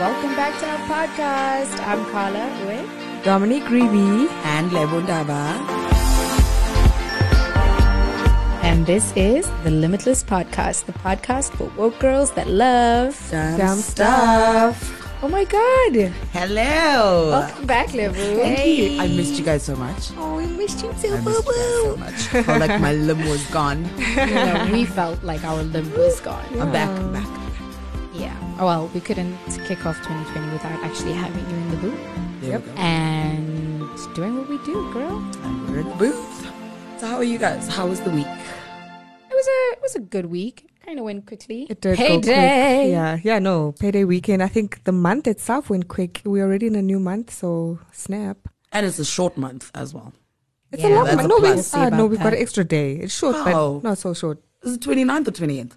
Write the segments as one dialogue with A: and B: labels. A: Welcome back to our podcast. I'm Carla with
B: Dominic Reeve and Levon Dava.
A: and this is the Limitless Podcast, the podcast for woke girls that love.
B: Dumb,
C: Dumb
B: stuff.
A: Oh my god.
B: Hello.
A: Welcome back, Levu.
B: Thank you. I missed you guys so much.
A: Oh, we missed you
B: I
A: too,
B: missed you guys so much. Felt like my limb was gone.
A: we felt like our limb was gone.
B: I'm back. I'm back.
A: Yeah. Oh, Well, we couldn't kick off 2020 without actually having you in the booth
B: There we go.
A: and doing what we do, girl.
B: And we're in the booth. So how are you guys? How was the week?
A: It was a it was a good week. Kind of went quickly.
C: It did go quick.
A: Payday.
C: Yeah, yeah, no. Payday weekend. I think the month itself went quick. We're already in a new month, so snap.
B: And it's a short month as well.
C: It's
A: Yeah,
C: a long
B: that's
C: month.
B: a
C: No, we,
B: plus.
C: uh, no,
A: About
C: we've got
A: that.
C: an extra day. It's short,
B: How?
C: but not so short.
B: Is it 29th or 28th?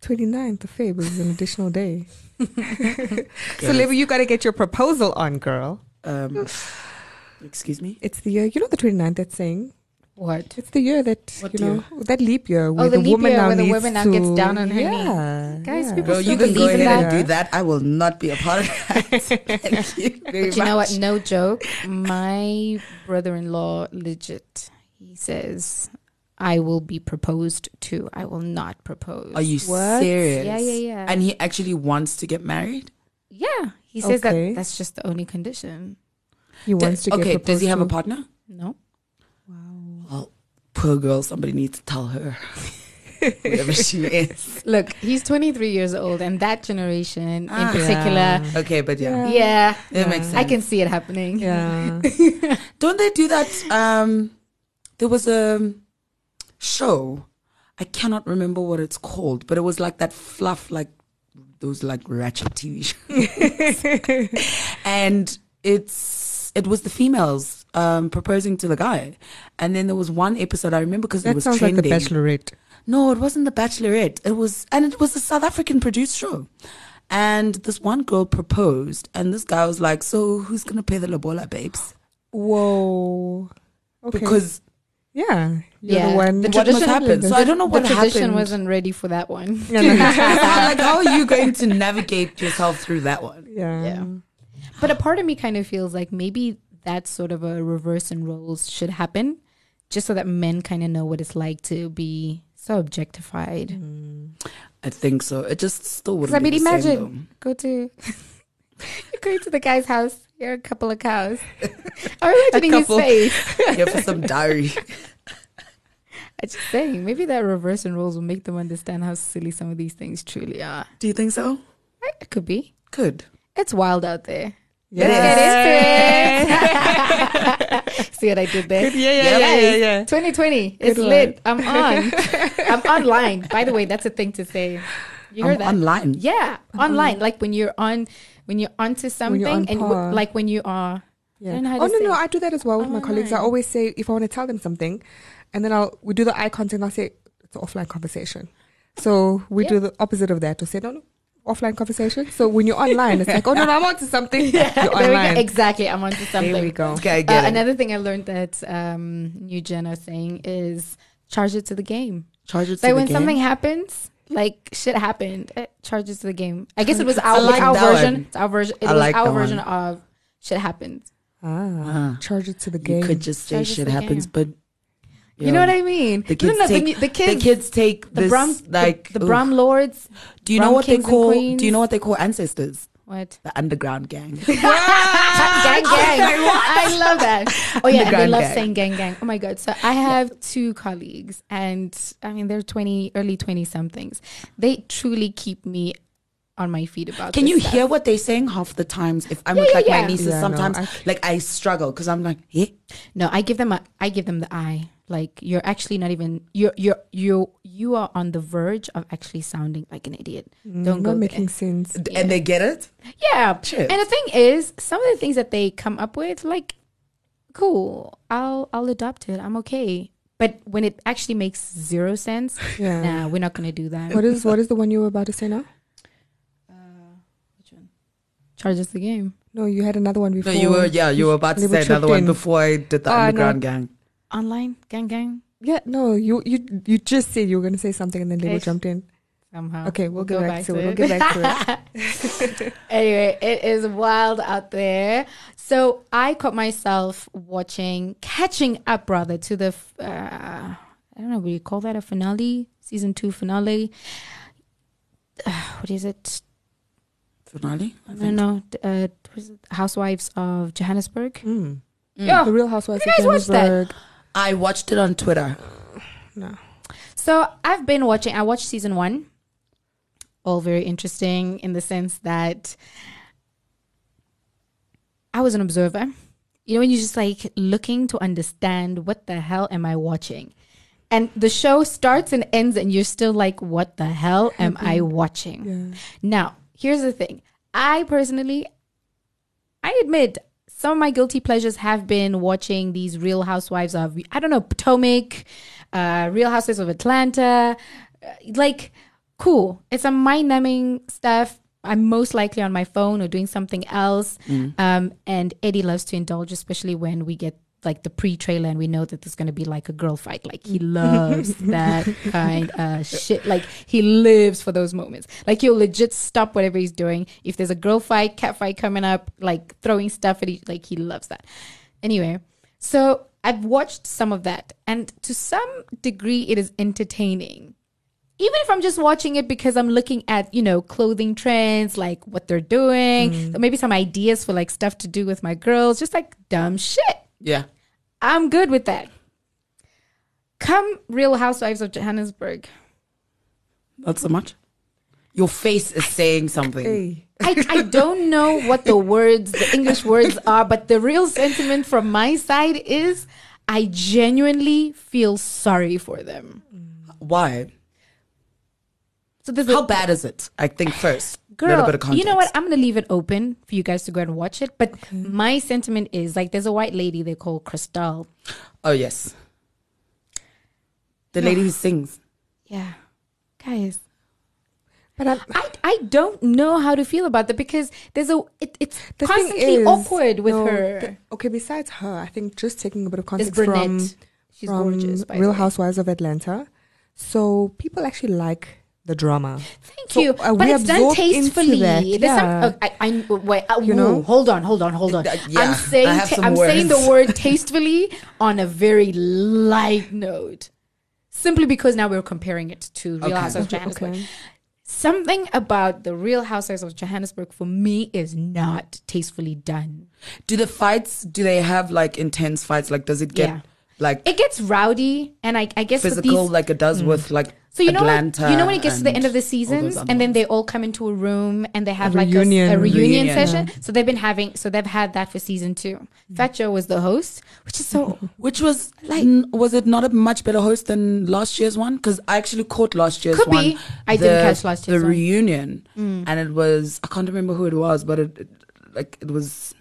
C: 29th of Feb is an additional day. so, Levi, you got to get your proposal on, girl.
B: Um, excuse me?
C: It's the year, you know, the 29th that's saying.
A: What?
C: It's the year that,
B: What
C: you know, that leap year where
A: the
C: the,
A: leap
C: woman
A: year
C: now
A: where the
C: needs
A: woman now
C: to,
A: gets down on her knee.
C: yeah, knee.
A: Guys,
C: yeah.
A: people
B: Girl,
A: still
B: you can go
A: believe in
B: ahead
A: that.
B: and do that. I will not be a part of that. Thank you very
A: But you know
B: much.
A: what? No joke. My brother in law, legit, he says, I will be proposed to. I will not propose.
B: Are you
C: What?
B: serious?
A: Yeah, yeah, yeah.
B: And he actually wants to get married?
A: yeah. He says
C: Okay.
A: that that's just the only condition.
C: He wants
B: Do-
C: to
B: okay,
C: get
B: does he have a
C: proposed
B: partner?
A: No.
B: Well, poor girl, somebody needs to tell her. Whoever she is.
A: Look, he's 23 years old, and that generation
B: Ah.
A: in particular,
C: Yeah.
B: Okay, but yeah.
A: yeah,
B: It makes sense.
A: I can see it happening.
C: to. Yeah.
B: Don't they do that? Um, there was a show. I cannot remember what it's called, but it was like that fluff, like those like ratchet TV shows. and it's it was the females um, proposing to the guy, and then there was one episode I remember because it
C: That
B: was
C: sounds
B: trending.
C: like The Bachelorette.
B: No, it wasn't The Bachelorette. It was, and it was a South African produced show. And this one girl proposed, and this guy was like, "So who's gonna pay the lobola, babes?"
C: Whoa. Okay.
B: Because
C: yeah, you're
A: Yeah.
C: the one.
B: The What must
C: tradition-
B: happen? So I don't know what
A: the tradition
B: happened.
A: wasn't ready for that one.
C: No, no, no.
B: like, how are you going to navigate yourself through that one?
C: yeah.
A: Yeah. But a part of me kind of feels like maybe that sort of a reverse in roles should happen just so that men kind of know what it's like to be so objectified.
B: I think so. It just still
A: Because
B: wouldn't.
A: I mean,
B: be the same,
A: imagine go to you go to the guy's house. You're a couple of cows. I'm imagining his
C: couple.
A: face.
B: though. Here for some diary.
A: I'm just saying, maybe that reverse in roles will make them understand how silly some of these things truly are.
B: Do you think so?
A: Right? It could be.
B: Good.
A: It's wild out there.
C: Yes.
A: It is. Chris. See what I did there?
C: Yeah, yeah, yeah, yeah, yeah.
A: 2020. It's
C: one.
A: lit. I'm on. I'm online. By the way, that's a thing to say. You heard
B: I'm
A: that?
B: online.
A: Yeah, online. Like when you're on, when you're onto something,
C: you're on
A: and w-
C: par.
A: like when you are. I don't know how
C: oh
A: to
C: no
A: say Oh.
C: no!
A: it.
C: I do that as well with
A: I'm
C: my colleagues. I
A: online.
C: always say if I want to tell them something, and then I'll we do the eye contact. and I'll say it's an offline conversation. So we
A: Yeah.
C: do the opposite of that. To say no, no, offline conversation. So when you're online, it's like oh no, no I'm onto something. You're
A: There we go.
C: online.
A: Exactly, I'm onto something.
C: There we go.
B: Okay, I
A: Uh,
B: get it.
A: another thing I learned that um, new Gen are saying is charge it to the game.
B: Charge it to
A: Like
B: the
A: when
B: game.
A: something happens, like shit happened, it charges to the game. I guess it was
B: I
A: our,
B: like
A: it's our
B: that
A: version.
B: one.
A: It's our version. It
B: I
A: was
B: like
A: our
B: that
A: version
B: one.
A: of shit happened.
C: Ah, charge it to the
B: Uh-huh. you
C: game.
B: could just say
A: Charge it to
B: shit
A: the
B: happens,
A: game.
B: but
A: You know what I mean?
B: The kids
A: no, no,
B: take-
A: the, new- the
B: The
A: kids,
B: kids take
A: the
B: this
A: Brum,
B: like
A: like the,
B: ugh.
A: Brum lords.
B: Do you know
A: Brum
B: what they
A: kings and
B: call?
A: queens.
B: Do you know what they call ancestors?
A: What?
B: The underground gang.
A: gang, gang. I love that. Oh yeah, and they
B: Underground
A: love
B: gang.
A: saying gang, gang. Oh my god. So I have two colleagues, and I mean they're twenty, early twenty somethings. They truly keep me on my feet about.
B: Can
A: this
B: you
A: stuff.
B: hear what they're saying half the times? If I'm with
A: yeah,
B: like
A: yeah.
B: my nieces,
C: Yeah, no,
B: sometimes
C: I-
B: like I struggle because I'm like, eh?
A: No, I give them a, I give them the eye. Like you're actually not even you're you're you you are on the verge of actually sounding like an idiot. Don't go
C: Mm, not
A: there.
C: making sense.
B: and they get it.
A: Yeah.
B: Shit.
A: And the thing is, some of the things that they come up with, like, cool, I'll I'll adopt it. I'm okay. But when it actually makes zero sense,
C: Yeah.
A: nah, we're not gonna do that.
C: What is what is the one you were about to say now?
A: Uh, Charge us the game.
C: No, you had another one
B: No,
C: before.
B: you were yeah, you were about to
C: They
B: say
C: were
B: another
C: tricked
B: one
C: in.
B: before I did the
C: Oh, I know.
B: underground gang.
A: Online, gang gang.
C: Yeah, no, you you you just said you were gonna say something and then they
A: Yes.
C: jumped in.
A: somehow.
C: Okay, we'll, get
A: go
C: back to it. We'll get back to it.
A: anyway, it is wild out there. So I caught myself watching, catching up rather to the, f- uh, I don't know, would you call that a finale? Season two finale? Uh, what is it?
B: Finale? I
A: I
B: think.
A: don't know. D- Uh, what is it? Housewives of Johannesburg?
C: Mm.
A: Yeah.
C: The Real Housewives
A: You
C: of
A: guys watched that?
C: Johannesburg.
B: I watched it on Twitter.
C: No.
A: So I've been watching. I watched season one. All very interesting in the sense that I was an observer. You know, when you're just like looking to understand what the hell am I watching, and the show starts and ends, and you're still like, what the hell am I watching?
C: Yeah.
A: Now, here's the thing. I personally, I admit some of my guilty pleasures have been watching these Real Housewives of, I don't know, Potomac, uh, Real Housewives of Atlanta. Uh, Like, cool. It's a mind numbing stuff. I'm most likely on my phone or doing something else. Um, and Eddie loves to indulge, especially when we get like the pre trailer and we know that there's going to be like a girl fight. Like he loves that kind of shit. Like he lives for those moments. Like he'll legit stop whatever he's doing. If there's a girl fight, cat fight coming up, like throwing stuff at each, like he loves that. Anyway, so I've watched some of that and to some degree it is entertaining even if I'm just watching it because I'm looking at, you know, clothing trends, like what they're doing, or maybe some ideas for like stuff to do with my girls, just like dumb shit.
B: Yeah.
A: I'm good with that. Come Real Housewives of Johannesburg.
B: Not so much. Your face is saying something.
C: Hey.
A: I, I don't know what the words, the English words are, but the real sentiment from my side is I genuinely feel sorry for them.
B: Why?
A: So there's a-
B: How bad is it? I think first.
A: girl,
B: little bit of
A: you know what?
B: context.
A: I'm gonna leave it open for you guys to go and watch it. But my sentiment is like, there's a white lady they call Christelle.
B: Oh yes. The lady who sings.
A: Yeah, guys,
C: But I,
A: I I don't know how to feel about that because there's a it, it's
C: the thing
A: constantly
C: is,
A: awkward with
C: no,
A: her.
C: the- okay, besides her, I think just taking a bit of
A: There's
C: context
A: brunette.
C: from
A: She's
C: from
A: gorgeous. By
C: Real
A: the way.
C: Housewives of Atlanta. So people actually like the drama.
A: Thank
C: So,
A: you,
C: uh,
A: but
C: we
A: it's done
C: absorb into
A: tastefully.
C: that,
A: There's some-
C: yeah.
A: oh, I, I- wait, uh,
C: You
A: whoa,
C: know?
A: hold on, hold on, hold on.
B: Uh, yeah,
A: I'm saying,
B: I have
A: ta-
B: some
A: I'm saying the
B: words.
A: word tastefully on a very light note, simply because now we're comparing it to Real
B: Okay.
A: Housewives of Johannesburg.
C: Okay.
A: Something about the Real Housewives of Johannesburg for me is not tastefully done.
B: Do the fights do they have like intense fights? Like does it get
A: Yeah.
B: like
A: It gets rowdy, and I, I guess with
B: physical
A: these Mm.
B: like it does with like
A: So you know, like,
B: Atlanta
A: you know when it gets to the
B: and
A: end of the
B: all
A: seasons,
B: those other
A: and then
B: ones?
A: they all come into a room and they have like a s-
C: reunion.
A: A, reunion,
B: Reunion.
A: session. So they've been having, so they've had that for season two.
B: Mm.
A: Fat Joe was the host, which is so
B: Which was like, was it not a much better host than last year's one? Because I actually caught last year's
A: Could
B: one.
A: be. I didn't catch last year's
B: the
A: one. Mm.
B: reunion, and it was I can't remember who it was, but it, it like it was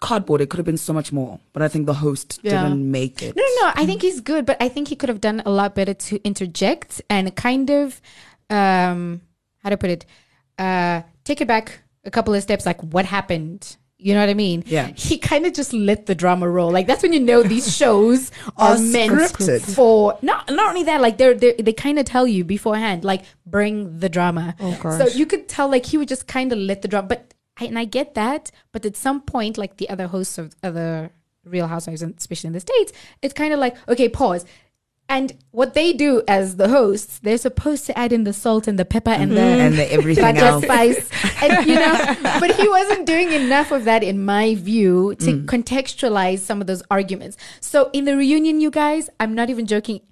B: cardboard. It could have been so much more, but I think the host
A: Yeah.
B: didn't make it.
A: no, no, no. I think he's good, but I think he could have done a lot better to interject and kind of, um, how to put it, uh, take it back a couple of steps. Like what happened. You know what I mean?
B: Yeah.
A: He kind of just let the drama roll. Like that's when you know these shows are
B: Are
A: meant
B: scripted.
A: for not not only that, like they're, they're they kind of tell you beforehand, like bring the drama.
C: Oh, gosh.
A: So you could tell like he would just kind of let the drama. But I, and I get that, but at some point, like the other hosts of other Real Housewives, and especially in the states, it's kind of like okay, pause. And what they do as the hosts, they're supposed to add in the salt and the pepper and the
C: Mm-hmm.
B: And the everything
A: Badger
B: else.
A: spice. And, you know, but he wasn't doing enough of that, in my view, to
C: Mm.
A: contextualize some of those arguments. So in the reunion, you guys, I'm not even joking.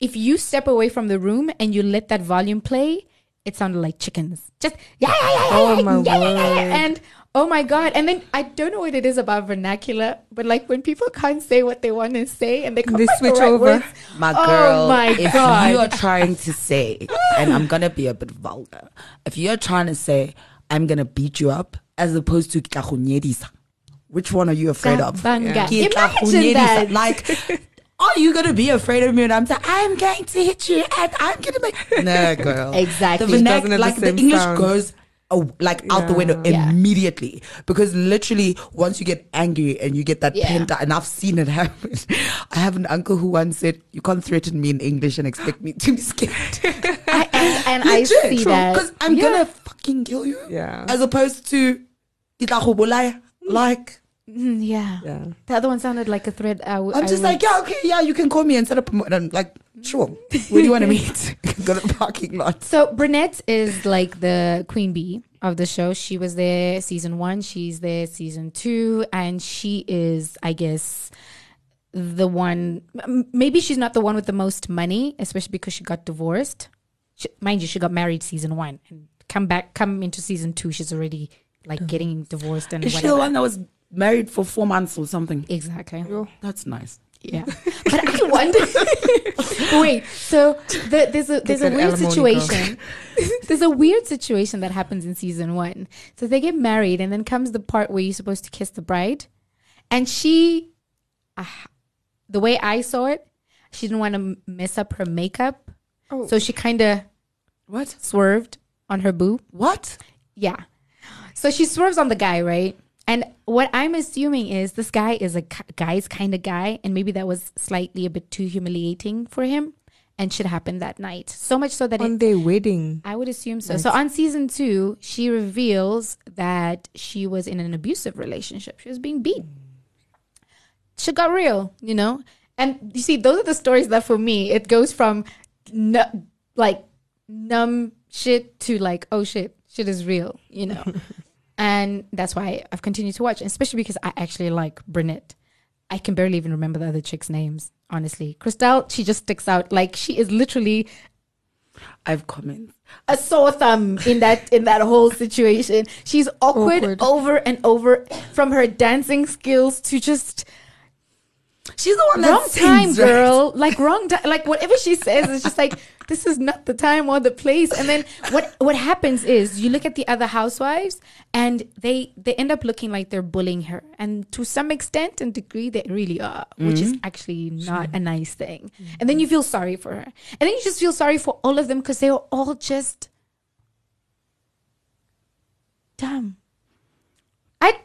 A: If you step away from the room and you let that volume play, it sounded like chickens. Just yeah, yeah, yeah, yeah,
C: Oh,
A: yeah,
C: my
A: yeah, yeah, yeah, yeah.
C: word.
A: and oh my god. And then I don't know what it is about vernacular, but like when people can't say what they want to say and they come
C: They
A: up with
C: switch
A: the right
C: over.
A: words.
B: My
A: Oh
B: girl,
A: my
B: if
A: God.
B: you are trying to say, and I'm gonna be a bit vulgar, if you're trying to say, I'm gonna beat you up, as opposed to "Ke tla go nyedisa," which one are you afraid of?
A: Kabanga.
B: "Ke tla go
A: Imagine
B: nyedisa."
A: that.
B: Like, are you gonna be afraid of me? And I'm saying, I'm going to hit you, and I'm gonna make. No, girl.
A: Exactly.
B: The
A: It
C: doesn't
B: vernac-
C: have the
B: like the,
C: same
B: English
C: sound.
B: goes. Oh, like out the window
A: Yeah.
B: immediately because literally once you get angry and you get that
A: Yeah.
B: pent up and I've seen it happen. I have an uncle who once said, "You can't threaten me in English and expect me to be scared."
A: I, and, and and I see that.
B: Because I'm
A: Yeah.
B: gonna fucking kill you.
C: Yeah.
B: As opposed to "Ditakubolai," like
A: Mm, yeah.
C: Yeah.
A: The other one sounded like a thread. I w-
B: I'm
A: I would-
B: just like, yeah, okay, yeah, you can call me and set up. a mo- And I'm like, sure. Where do you want to meet? Go to the parking lot.
A: So Brunette is like the queen bee of the show. She was there season one. She's there season two, and she is, I guess, the one. m- Maybe she's not the one with the most money, especially because she got divorced. She, mind you, she got married season one, and come back, come into season two, she's already like getting divorced and
B: Is she the
A: whatever.
B: one that was married for four months or something?
A: Exactly.
B: That's nice.
A: Yeah, but I wonder. Wait, so the, there's a there's a
C: that
A: weird
C: alimony, girl.
A: situation. there's a weird situation that happens in season one. So they get married, and then comes the part where you're supposed to kiss the bride, and she, ah, the way I saw it, she didn't want to mess up her makeup,
C: Oh.
A: so she kind of
B: What?
A: swerved on her boob.
B: What?
A: Yeah. So she swerves on the guy, right? And what I'm assuming is this guy is a k- guy's kind of guy, and maybe that was slightly a bit too humiliating for him, and should happen that night. So much so that it,
C: On their wedding.
A: I would assume so. So on season two, she reveals that she was in an abusive relationship. She was being beat. She got real, you know. And you see, those are the stories that for me it goes from nu- like numb shit to like oh shit, shit is real, you know. and that's why I've continued to watch, especially because I actually like Brunette. I can barely even remember the other chicks' names, honestly. Christelle, she just sticks out. Like she is literally
B: I have comments.
A: a sore thumb in that in that whole situation. She's awkward,
C: Awkward.
A: over and over from her dancing skills to just
B: She's the one that
A: wrong
B: sings,
A: time,
B: right?
A: girl. Like wrong time. Like whatever she says, it's just like this is not the time or the place. And then what what happens is you look at the other housewives, and they they end up looking like they're bullying her, and to some extent and degree they really are, which is actually not a nice thing. And then you feel sorry for her, and then you just feel sorry for all of them because they are all just dumb. I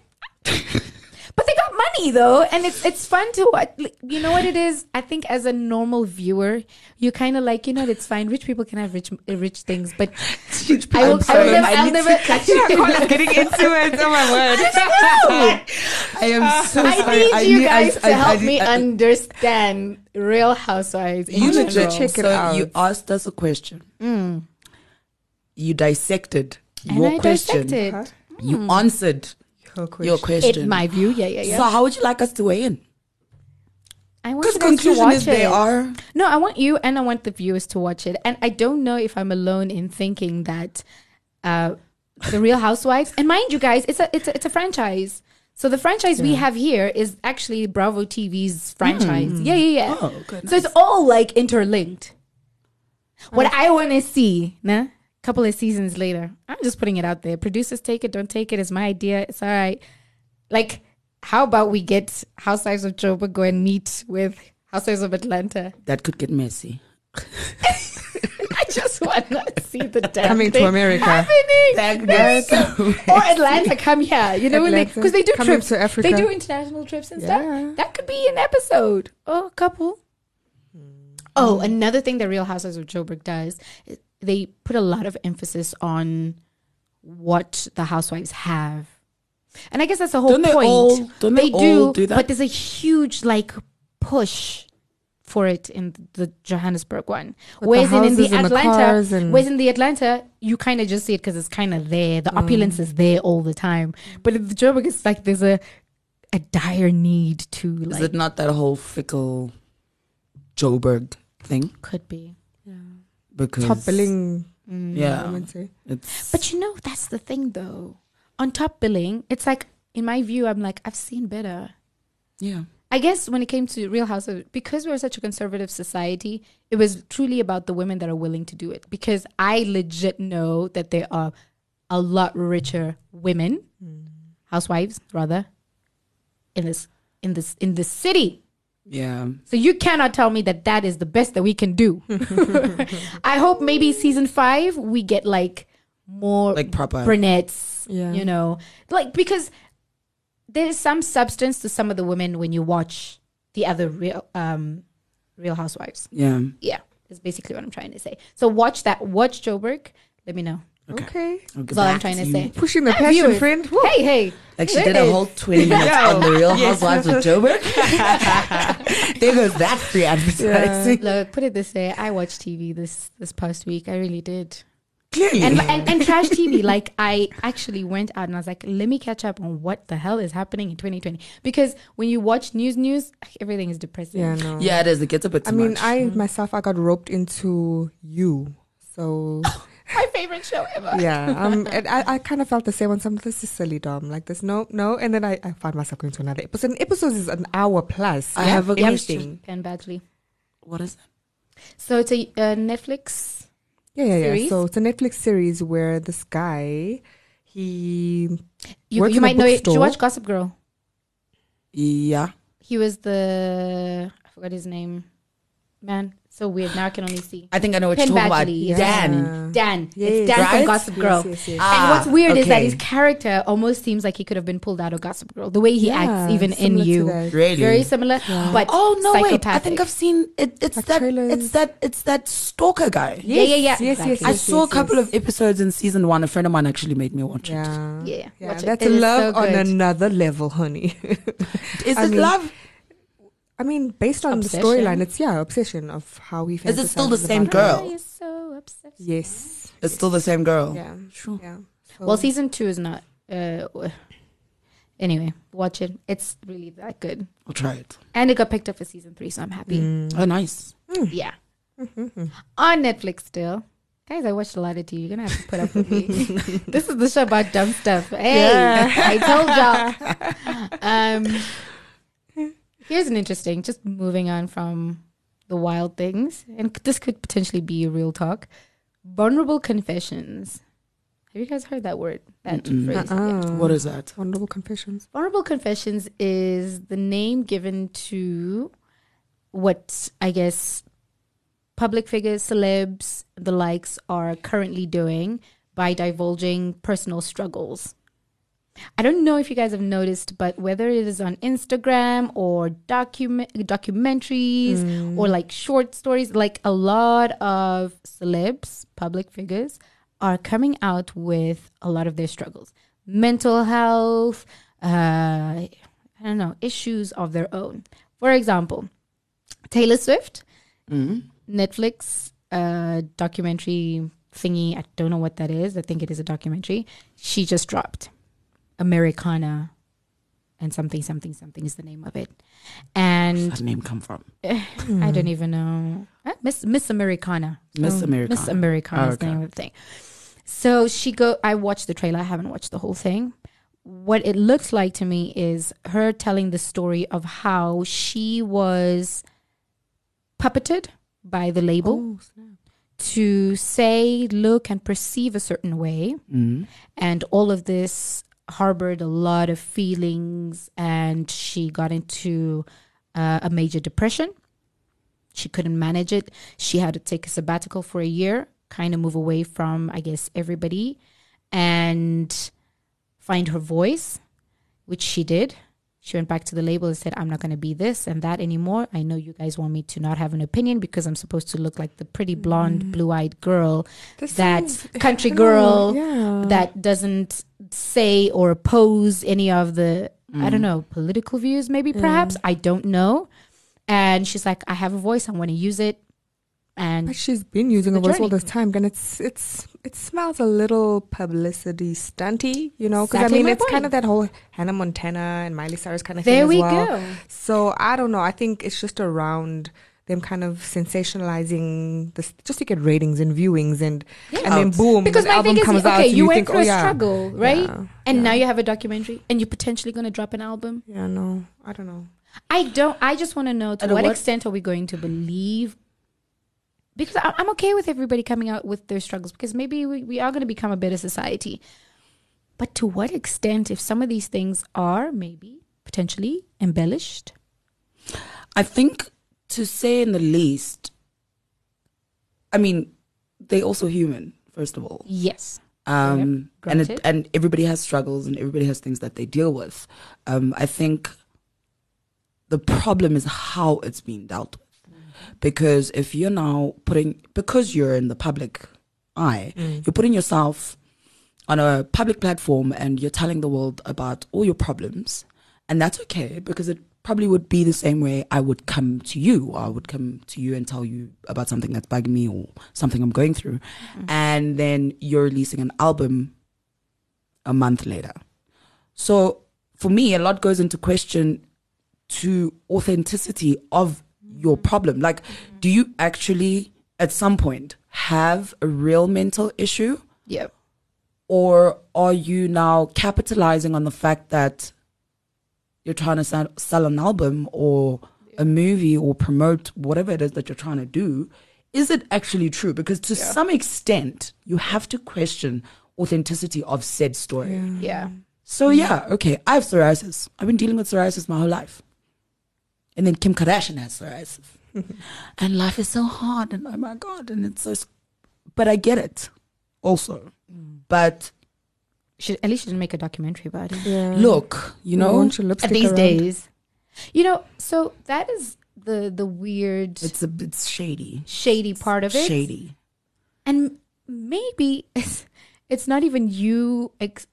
A: but they got money though, and it's it's fun to watch. Like, You know what it is? I think as a normal viewer, you kind of like you know what, it's fine. Rich people can have rich uh, rich things, but I will,
B: I'm
A: I will
B: sorry,
A: never.
B: I
A: I'll
B: need to
A: never
C: Colin's getting into it. Oh my word.
B: I am so
A: Ah, I
B: sorry.
A: need
B: I
A: you
B: knew- I-
A: guys
B: I-
A: to help
B: I-
A: me
B: I-
A: understand Real Housewives. in
B: You
C: I'm gonna
B: legit
A: general.
C: check it
B: so
C: out.
B: You asked us a question. You dissected
A: Mm. and
B: your
A: I
B: question.
A: dissected. Mm.
C: Huh?
B: You answered
C: Your
B: your
C: question.
A: It,
B: question.
A: my view, yeah, yeah, yeah.
B: So how would you like us to weigh in?
A: I want
B: Because
A: you guys to
B: conclusion
A: watch
B: is
A: it.
B: they are.
A: No, I want you and I want the viewers to watch it. And I don't know if I'm alone in thinking that uh, the Real Housewives. And mind you, guys, it's a it's a, it's a franchise. So the franchise we have here is actually Bravo TV's franchise. Yeah, yeah, yeah.
B: Oh, okay,
A: So it's all like interlinked. What I want to see, nah, couple of seasons later. I'm just putting it out there. Producers take it, don't take it. It's my idea. It's all right. Like, how about we get Housewives of Joburg go and meet with Housewives of Atlanta?
B: That could get messy.
A: I just want to see the damn
C: Coming to
A: thing
C: America.
A: happening.
B: That
A: Yes.
B: so
A: Or Atlanta, come here. You know,
C: Atlanta,
A: because they do
C: coming
A: trips
C: to Africa.
A: They do international trips and
C: Yeah.
A: stuff. That could be an episode or a couple. Oh, another thing that Real Housewives of Joburg does, is they put a lot of emphasis on what the housewives have. And I guess that's the whole
B: Don't they
A: point.
B: all- don't they all do that?
A: But there's a huge like push for it in the Johannesburg one.
C: the
A: Whereas in- in the
C: houses and the
A: Atlanta,
C: cars and-
A: whereas in the Atlanta, you kind of just see it because it's kind of there.
B: Mm.
A: The opulence is there all the time. But in the Joburg, it's like there's a a dire need to
B: Is
A: like
B: it not that whole fickle Joburg thing?
A: could be. Mm.
B: Because
C: Top billing. I
B: yeah,
C: would say.
B: it's
A: But you know, that's the thing though. On top billing, it's like in my view, I'm like I've seen better.
B: yeah.
A: I guess when it came to Real Housewives, because we were such a conservative society, it was truly about the women that are willing to do it. Because I legit know that there are a lot richer women, housewives rather, in this in this in this city.
B: Yeah,
A: So you cannot tell me that that is the best that we can do. I hope maybe season five we get like more
B: like proper.
A: brunettes.
C: Yeah.
A: You know, like because there's some substance to some of the women when you watch the other real um Real Housewives.
B: yeah,
A: Yeah, is basically what I'm trying to say. So watch that. Watch Joburg. Let me know.
B: Okay.
C: Okay.
B: I'll get
A: That's all I'm
B: back
A: trying to
B: you.
A: say.
C: Pushing the
A: Ah,
C: passion,
A: viewers.
C: friend. Woo.
A: Hey, hey.
B: Like she did a
A: Ladies.
B: whole 20 minutes on the Real
C: Yes.
B: Housewives of Joburg. there goes that free advertising.
A: Look, put it this way. I watched TV this this past week. I really did.
B: Clearly.
A: And, and and trash TV. Like I actually went out and I was like, let me catch up on what the hell is happening in 2020. Because when you watch news, news, everything is depressing.
C: Yeah, no.
B: yeah, it is. It gets a bit too
C: I mean,
B: much.
C: I myself, I got roped into you. So
A: My favorite show ever.
C: yeah, um, and I, I kind of felt the same on some. This is silly, Dom. Like this, no, no. And then I, I find myself going to another episode. And episodes is an hour plus.
B: I
C: Yeah,
B: have a question.
C: everything.
A: Penn Badgley.
B: what is that?
A: So it's a uh, Netflix.
C: Yeah, yeah, yeah.
A: Series?
C: So it's a Netflix series where this guy, he
A: You,
C: Works
A: you
C: in a
A: might know it. Did you
C: bookstore.
A: watch Gossip Girl?
B: Yeah.
A: He was the I forgot his name. Man, so weird. Now I can only see
B: I think I know what
A: Penn
B: you're talking about.
A: Badgley, yeah.
B: Dan.
A: Dan.
C: Uh, Yes.
A: It's Dan
B: Right?
A: from Gossip Girl.
C: Yes, yes, yes.
B: Ah,
A: and what's weird is that
B: okay.
A: his character almost seems like he could have been pulled out of Gossip Girl. The way he acts, even in
C: similar to
A: you,
C: that.
B: Really?
A: very similar. But
B: oh, no, wait. I
A: psychopathic.
B: think I've seen it. It's
C: Like
B: that,
C: trailers.
B: it's that, it's that stalker guy.
A: Yeah, yeah, yeah.
C: Yes, yes, yes.
A: Exactly.
B: I saw a couple of episodes in season one. A friend of mine actually made me watch
C: Yeah.
A: Yeah,
C: yeah.
A: watch it.
C: That's
A: It is
C: love
A: so
C: on
A: good.
C: another level, honey.
B: it. Is
C: I
B: it
C: mean,
B: love?
C: I mean, based on
A: Obsession.
C: the storyline, it's yeah, obsession of how he.
B: Is it still the
C: fantasizes
B: same
C: about
B: girl?
C: her.
A: Oh, you're so obsessed.
C: Yes.
B: It's still the same girl.
C: Yeah.
B: Sure.
C: Yeah. So-
A: Well, season two is not. Uh, w- anyway, watch it. It's really that good,
B: I'll try it.
A: and it got picked up for season three, so I'm happy.
C: Mm.
B: Oh, nice.
A: Yeah,
C: Mm-hmm.
A: on Netflix still. Guys, I watched a lot of TV. You're gonna have to put up with me. this is the show about dumb stuff. Hey, I told y'all. Um, here's an interesting. Just moving on from the wild things, and this could potentially be a real talk. Vulnerable confessions. Have you guys heard that word? That phrase.
C: Uh-uh.
B: What is that?
C: Vulnerable confessions.
A: Vulnerable Confessions is the name given to what I guess public figures, celebs, the likes are currently doing by divulging personal struggles. I don't know if you guys have noticed, but whether it is on Instagram or document documentaries or like short stories, like a lot of celebs, public figures, are coming out with a lot of their struggles, mental health, uh, I don't know, issues of their own. For example, Taylor Swift,
B: Mm-hmm.
A: Netflix uh, documentary thingy. I don't know what that is. I think it is a documentary. She just dropped Americana and something, something, something is the name of it. And
B: Where's that name come from?
C: Hmm.
A: I don't even know. Huh? Miss Miss Americana.
B: Miss America.
A: Miss Americana is
B: Okay.
A: the name of the thing. So she go. I watched the trailer. I haven't watched the whole thing. What it looks like to me is her telling the story of how she was puppeted by the label
C: Oh, snap.
A: to say, look, and perceive a certain way. And all of this harbored a lot of feelings, and she got into uh, a major depression. She couldn't manage it. She had to take a sabbatical for a year, kind of move away from, I guess, everybody and find her voice, which she did. She went back to the label and said, I'm not going to be this and that anymore. I know you guys want me to not have an opinion because I'm supposed to look like the pretty blonde, blue eyed girl,
C: This
A: that
C: sounds-
A: country
C: I know,
A: girl
C: yeah.
A: that doesn't say or oppose any of the, I
C: Mm.
A: don't know, political views, maybe perhaps. I don't know. And she's like, I have a voice. I want to use it. And
C: But she's been using
A: The
C: a voice all
A: journey.
C: this time, and it's it's it smells a little publicity stunty, you know? Because
A: Exactly
C: I mean,
A: my
C: it's kind
A: point.
C: of that whole Hannah Montana and Miley Cyrus kind of thing.
A: there
C: as
A: we
C: well.
A: go.
C: So I don't know. I think it's just around them kind of sensationalizing this, just to get ratings and viewings, and and then boom,
A: Because
C: the
A: my
C: Um, album
A: thing is,
C: comes out.
A: okay,
C: and
A: you, went
C: think,
A: through
C: oh,
A: a
C: yeah.
A: struggle, right?
C: Yeah,
A: and
C: yeah.
A: now you have a documentary, and you're potentially going to drop an album.
C: Yeah, no, I don't know.
A: I don't. I just want to know to
B: And
A: what,
B: what-
A: extent are we going to believe? Because I- I'm okay with everybody coming out with their struggles, because maybe we, we are going to become a better society. But to what extent, if some of these things are maybe potentially embellished?
B: I think to say in the least, I mean, they also human, first of all.
A: Yes.
B: Um, and
A: Granted.
B: it, and everybody has struggles and everybody has things that they deal with. Um, I think the problem is how it's being dealt with. because if you're now putting because you're in the public eye, you're putting yourself on a public platform and you're telling the world about all your problems, and that's okay because it probably would be the same way I would come to you or I would come to you and tell you about something that's bugging me or something I'm going through, and then you're releasing an album a month later. So for me, a lot goes into question to authenticity of your problem. Like, do you actually at some point have a real mental issue?
A: Yeah.
B: Or are you now capitalizing on the fact that you're trying to sell, sell an album or a movie or promote whatever it is that you're trying to do? Is it actually true? Because to some extent, you have to question authenticity of said story.
A: Yeah.
B: So
A: Mm-hmm.
B: yeah, okay, I have psoriasis. I've been dealing with psoriasis my whole life. And then Kim Kardashian has psoriasis. and life is so hard and oh my god, and it's so s- but I get it also.
A: Mm.
B: But
A: She, at least she didn't make a documentary about it.
C: Yeah.
B: look, you know,
C: Launch your
A: At
C: lipstick
A: these
C: around.
A: days, you know. So that is the the weird,
B: it's a it's shady.
A: shady part of it.
B: Shady.
A: and maybe it's, it's not even you ex-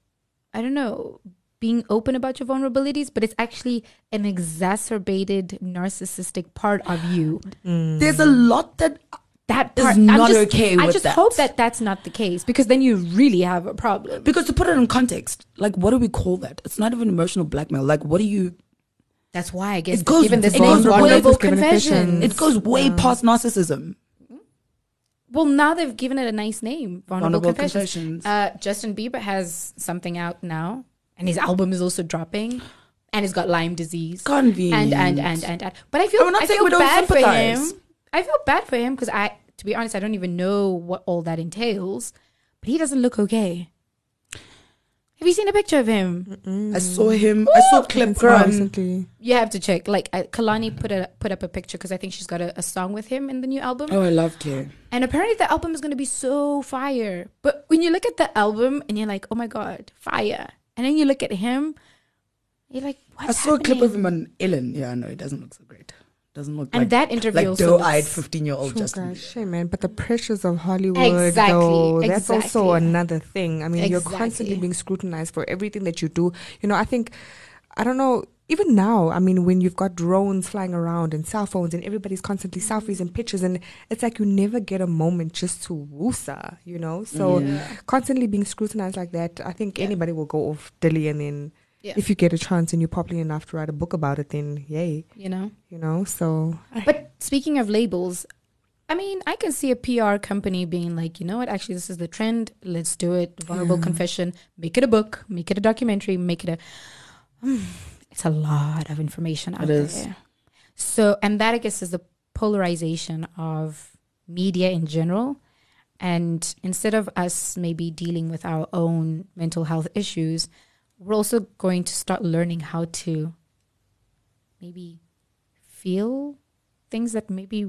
A: i don't know being open about your vulnerabilities but it's actually an exacerbated narcissistic part of you Mm.
B: There's a lot that
A: that
B: It's
A: part
B: not
A: I'm just,
B: okay
A: i
B: with
A: just
B: that.
A: hope that that's not the case because then you really have a problem
B: because to put it in context, like what do we call that? It's not even emotional blackmail. Like what do you
A: that's why i guess
B: It goes
A: given this
B: it
A: name
B: goes
A: vulnerable,
B: way-
C: Given
A: confession.
C: confession.
B: it goes way
A: uh,
B: past narcissism.
A: well now they've given it a nice name vulnerable,
B: Vulnerable
A: confessions,
B: confessions.
A: Uh, justin bieber has something out now and his album is also dropping and he's got lyme disease
B: Convenient.
A: and and and and and. But I feel
B: I'm not
A: I
B: saying
A: feel
B: we don't
A: bad for
B: sympathize.
A: him. I feel bad for him because I, to be honest, I don't even know what all that entails. But he doesn't look okay. Have you seen a picture of him?
B: I saw him. I saw a clip
C: Girl.
B: from
C: Recently.
A: You have to check. Like I, Kalani put a put up a picture because I think she's got a, a song with him in the new album.
B: Oh, I loved him.
A: And apparently the album is going to be so fire. But when you look at the album and you're like, oh my god, fire. And then you look at him, you're like,
B: I
A: what's
B: saw a clip of
A: happening?
B: him on Ellen. Yeah, no, it doesn't look so great. Doesn't look
A: And
B: like
A: that interview
B: like
A: also
B: doe-eyed
A: looks-
B: fifteen-year-old
C: Oh
B: Justin.
C: gosh, shame, man. But the pressures of Hollywood,
A: Exactly,
C: though, that's also
A: exactly.
C: another thing. I mean, you're constantly
A: Exactly.
C: being scrutinized for everything that you do. You know, I think, I don't know, even now, I mean, when you've got drones flying around and cell phones and everybody's constantly
A: Mm-hmm.
C: selfies and pictures, and it's like you never get a moment just to woosa, you know? So constantly being scrutinized like that, I think anybody will go off dilly and then.
A: Yeah.
C: If you get a chance and you're popular enough to write a book about it, then yay,
A: You know.
C: you know. So
A: But speaking of labels, I mean, I can see a PR company being like, you know what, actually, this is the trend. Let's do it. Vulnerable confession. Make it a book. Make it a documentary. Make it a. Hmm, it's a lot of information out
B: It is.
A: there. So, and that I guess is the polarization of media in general. And instead of us maybe dealing with our own mental health issues, we're also going to start learning how to maybe feel things that maybe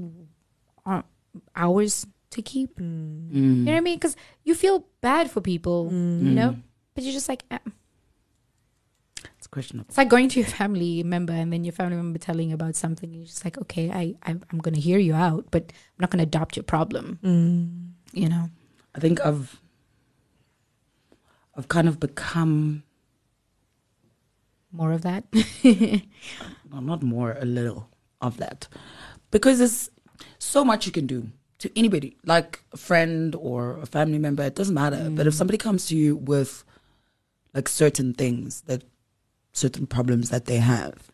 A: aren't ours to keep. You know what I mean? Because you feel bad for people,
B: Mm.
A: you know? But you're just like, eh.
B: It's questionable.
A: it's like going to your family member and then your family member telling you about something. You're just like, okay, I, I, I'm going to hear you out, but I'm not going to adopt your problem,
C: mm.
A: you know?
B: I think I've I've kind of become
A: More of that.
B: well, not more a little of that because there's so much you can do to anybody, like a friend or a family member. It doesn't matter. But if somebody comes to you with like certain things that certain problems that they have,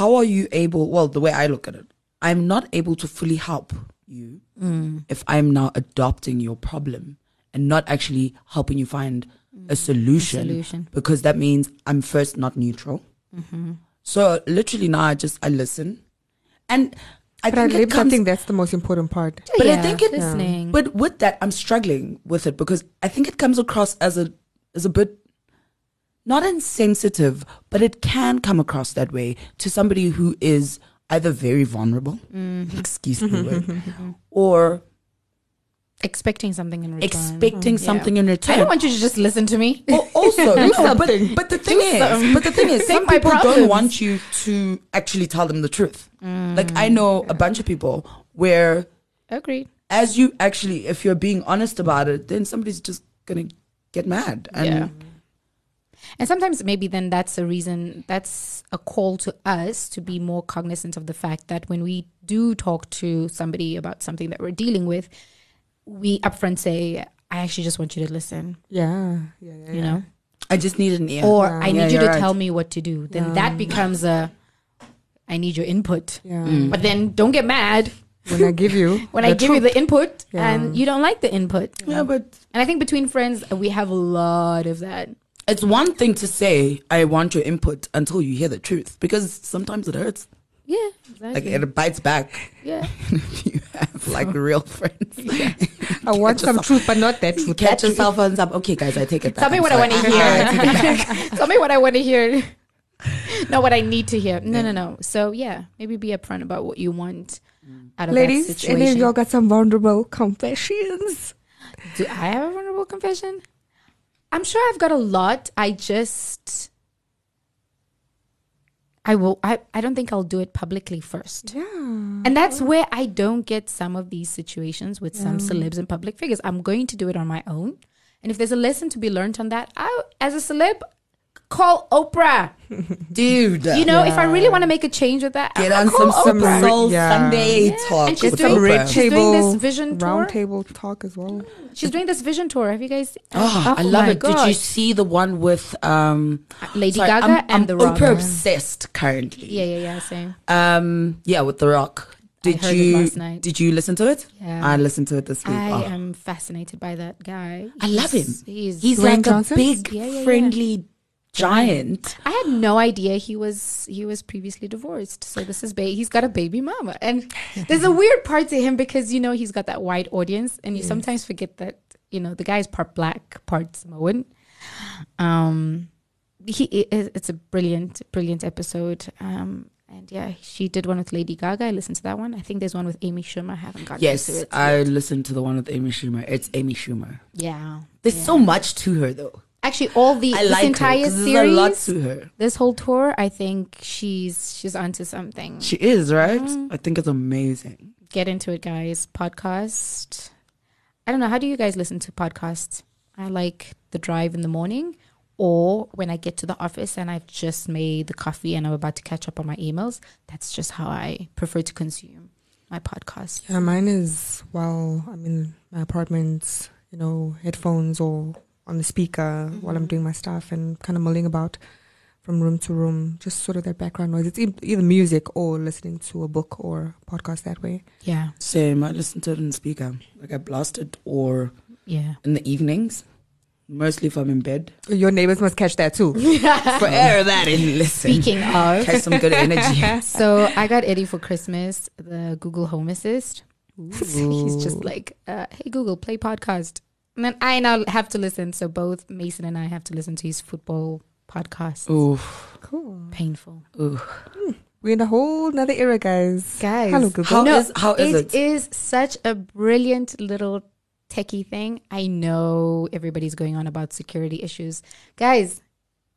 B: how are you able? Well, the way I look at it, I'm not able to fully help you if I'm now adopting your problem and not actually helping you find a, solution,
A: solution.
B: because that means I'm first not neutral.
A: Mm-hmm.
B: So literally now I just I listen, and I
C: but I,
B: think it
C: live- I
B: comes.
C: think that's the most important part.
B: But I
A: Yeah,
B: think it-
A: listening.
B: But with that, I'm struggling with it because I think it comes across as a as a bit not insensitive, but it can come across that way to somebody who is
A: Mm.
B: either very vulnerable, excuse the word, or
A: expecting something in return.
B: expecting
A: Yeah.
B: something in
A: I
B: return.
A: don't want you to just listen to me.
B: Al- also, no, but,
A: something.
B: but the thing is,
A: something.
B: but the thing is, some
A: Take my
B: people don't
A: problems.
B: want you to actually tell them the truth. Like
A: Mm.
B: I know a bunch of people where,
A: Agreed.
B: as you actually, if you're being honest about it, then somebody's just gonna get mad. And
A: yeah. And sometimes maybe then that's a reason, that's a call to us to be more cognizant of the fact that when we do talk to somebody about something that we're dealing with, we upfront say, I actually just want you to listen,
C: Yeah, yeah, yeah.
A: you know,
B: I just need an ear.
A: or
C: Yeah.
A: I need
B: Yeah,
A: you to
B: you're right.
A: tell me what to do. Then that becomes a, I need your input.
C: yeah.
A: But then don't get mad
C: When I give you,
A: Mm. when I give you the input
C: Yeah.
A: and you don't like the input.
B: yeah, but
A: And I think between friends, we have a lot of that.
B: it's one thing to say I want your input until you hear the truth because sometimes it hurts.
A: Yeah,
B: Like
A: exactly.
B: it bites back
A: yeah.
B: if you have like real friends.
C: truth. I want some truth, but not that
B: You
C: truth.
B: catch yourself on some. Okay, guys, I take it back.
A: Tell me
B: I'm
A: what
B: sorry.
A: I want to hear. Tell me what I want to hear. Not what I need to hear. No, no, no. So yeah, maybe be upfront about what you want out of that
C: Ladies,
A: situation.
C: any of y'all got some vulnerable confessions?
A: Do I have a vulnerable confession? I'm sure I've got a lot. I just, I will. I, I don't think I'll do it publicly first.
C: Yeah.
A: And that's where I don't get some of these situations with some celebs and public figures. I'm going to do it on my own. And if there's a lesson to be learned on that, I, as a celeb, call Oprah.
B: dude.
A: You know, if I really want to make a change with that,
B: get
A: I'll
B: on some
A: call
B: Super
A: Oprah.
B: Soul
C: Yeah.
B: Sunday
A: Yeah,
B: talk.
A: and she's
B: with
A: doing-
B: Oprah.
A: she's doing this vision tour.
C: round table talk as well.
A: She's doing this vision tour. Have you guys?
B: Oh, I love
A: my
B: it. Did
A: God.
B: you see the one with um,
A: Lady
B: sorry,
A: Gaga
B: I'm,
A: and
B: I'm
A: The Rock?
B: Oprah obsessed currently.
A: Yeah, yeah, yeah. Same.
B: Um, yeah, with The Rock.
A: I
B: Did
A: heard it
B: you
A: last night.
B: did you listen to it?
A: Yeah.
B: I listened to it this week.
A: I
B: Oh.
A: am fascinated by that guy.
B: I love him.
A: He's- He's,
B: He's
C: Dwayne
B: like
C: Johnson?
B: a big,
A: Yeah, yeah, yeah.
B: friendly giant.
A: I had no idea he was he was previously divorced. So this is ba- he's got a baby mama, and there's a weird part to him because you know he's got that wide audience, and you sometimes forget that you know the guy's part black, part Samoan. Um, he i- i- it's a brilliant, brilliant episode. Um, and yeah, she did one with Lady Gaga. I listened to that one. I think there's one with Amy Schumer. I haven't gotten to
B: Yes,
A: it.
B: I listened to the one with Amy Schumer. It's Amy Schumer.
A: yeah,
B: There's so much to her though.
A: actually, all the
B: I
A: this
B: like
A: entire
B: her. 'cause
A: series,
B: There's a lot to her.
A: this whole tour, I think she's she's onto something.
B: She is right.
A: Mm-hmm.
B: I think it's amazing.
A: get into it, guys. Podcast. I don't know. How do you guys listen to podcasts? I like the drive in the morning or when I get to the office and I've just made the coffee and I'm about to catch up on my emails. That's just how I prefer to consume my podcast.
C: Yeah, mine is well. I mean, my apartment's you know headphones or on the speaker while I'm doing my stuff and kind of mulling about from room to room, just sort of that background noise. It's e- either music or listening to a book or a podcast that way.
A: Yeah.
B: Same. I listened to it in speaker. Like I blast it or
A: Yeah.
B: in the evenings, mostly if I'm in bed.
C: Your neighbors must catch that too.
B: Forever that and listen.
A: Speaking of,
B: Catch some good energy.
A: so I got Eddie for Christmas, the Google Home Assist. So he's just like, uh, hey, Google, play podcast. And then I now have to listen. So both Mason and I have to listen to his football podcast.
B: Oof.
C: Cool.
A: Painful.
C: We're in a whole nother era, guys.
A: Guys,
C: Hello, Google.
B: How is- how is
A: It
B: it?
A: is such a brilliant little techie thing. I know everybody's going on about security issues. Guys,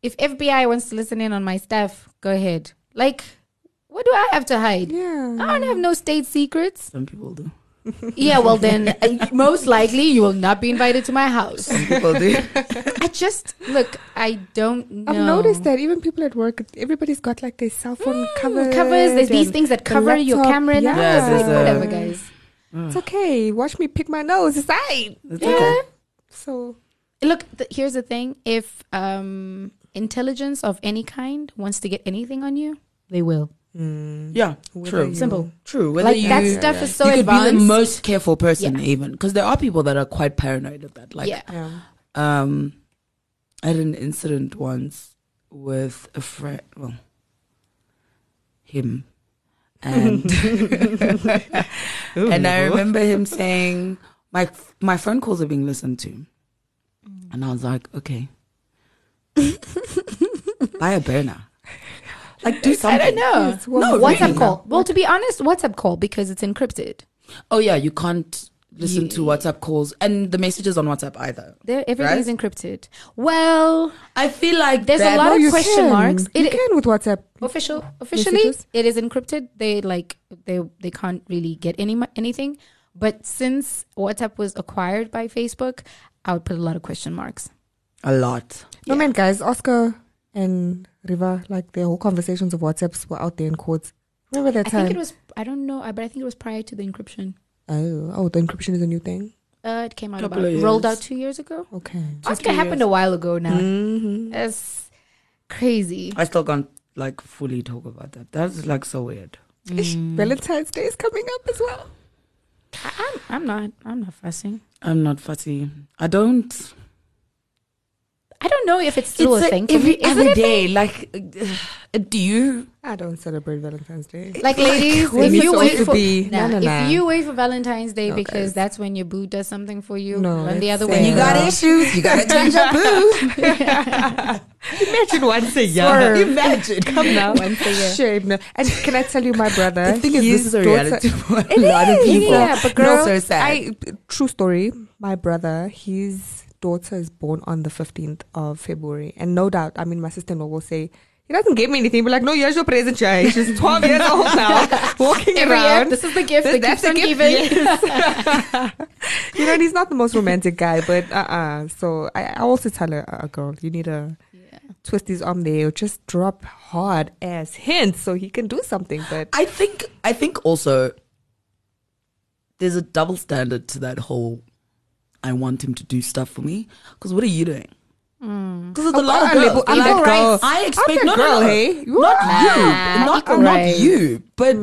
A: if FBI wants to listen in on my stuff, go ahead. Like, what do I have to hide?
C: Yeah.
A: I don't have no state secrets.
B: Some people do.
A: Yeah, well then, uh, most likely you will not be invited to my house.
B: Some people do.
A: I just look. I don't know.
C: I've noticed that even people at work, everybody's got like their cell phone
A: Mm,
C: covers.
A: covers. There's these
C: and
A: things that
C: the
A: cover your
C: laptop.
A: camera. and I'm
C: Yeah,
A: just like,
B: there's a-
A: whatever, guys.
C: It's okay. Watch me pick my nose. It's aight.
B: It's
A: Yeah.
B: okay.
C: So
A: Look, th- here's the thing: if um, intelligence of any kind wants to get anything on you, they will.
B: Yeah.
C: Whether
B: Hmm. True.
C: you-
A: Simple.
B: True. Whether
A: like
B: you,
A: that stuff is so
B: you could
A: advanced.
B: be the most careful person,
A: Yeah.
B: even because there are people that are quite paranoid of that. Like,
A: yeah.
C: yeah.
B: um, I had an incident once with a friend. Well, him, and and I remember him saying, "My my phone calls are being listened to," and I was like, "Okay, buy a burner, like do something."
A: I don't know.
C: Yes, well,
A: WhatsApp
B: really.
A: call. Well, to be honest, WhatsApp call because it's encrypted.
B: Oh yeah, you can't listen to WhatsApp calls and the messages on WhatsApp either.
A: There, everything is encrypted. Well,
B: I feel like
A: There's a
B: that-
A: lot
C: No,
A: of
C: Oh, you
A: question
C: can.
A: marks.
C: You
A: It-
C: can with WhatsApp.
A: official, officially,
C: Messages?
A: it is encrypted. They like they they can't really get any mo- anything. But since WhatsApp was acquired by Facebook, I would put a lot of question marks.
B: a lot.
C: No
A: Yeah.
C: man, guys. Oscar and Riva, like their whole conversations of WhatsApps were out there in courts. Remember that
A: I
C: time?
A: think it was I don't know, I- but I think it was prior to the encryption.
C: oh, oh, the encryption is a new thing.
A: Uh, it came out
B: Couple
A: about
B: of
A: rolled
B: years.
A: out two years ago.
C: Okay.
A: Oscar happened a while ago now.
B: Mm.
C: Mm-hmm.
A: That's crazy.
B: I still can't like fully talk about that. That's like so weird.
A: Mm.
C: Valentine's Day is coming up as well.
A: I, I'm I'm not I'm not fussing.
B: I'm not fussy. I don't.
A: I don't know if it's still
B: it's
A: a
B: like
A: thing. for me.
B: every
A: Is
B: other
A: it a thing?
B: day. Like, uh, do you?
C: I don't celebrate Valentine's Day.
A: Like ladies,
C: when
A: if
C: it's
A: you
C: supposed
A: wait
C: to
A: for
C: be-
A: nah,
C: No, no, no.
A: if you wait for Valentine's Day
C: No,
A: because
C: guys.
A: that's when your boo does something for you,
C: No,
A: run the
C: it's
A: other
C: sad.
A: way.
C: You got
A: around.
B: issues. You gotta change your boo. Imagine once a year.
C: Swerve.
B: Imagine. Come now.
A: Once a year.
C: Shame. No. And can I tell you, my brother?
B: The thing is, this
C: his
B: is a
C: daughter-
B: reality for a lot of people.
A: Yeah, but
B: No,
A: girl,
B: so sad.
C: I true story. My brother, his daughter is born on the fifteenth of February, and no doubt, I mean, my sister-in-law will say he doesn't give me anything, but like, no, here's your present, Jay. She's twelve years old now, walking
A: Every year,
C: around.
A: this is the gift
C: This-
A: that
C: that's
A: keeps on
C: a gift,
A: giving.
C: yes. you know, and he's not the most romantic guy, but uh, uh So I, I also tell her, uh, girl, you need to
A: Yeah.
C: twist his arm there, or just drop hard ass hints so he can do something. But
B: I think. I think also. There's a double standard to that whole. I want him to do stuff for me. Because what are you doing? Because a
C: Oh,
B: lot of
C: I'm
B: girls,
C: label- I'm
B: Mm. like,
C: not girls.
B: I expect
C: I'm a
B: no, no,
C: girl,
B: no.
C: hey? You
B: not
C: are.
B: you,
A: Nah,
B: not,
A: equal
B: not
A: rights. Hmm.
B: you, but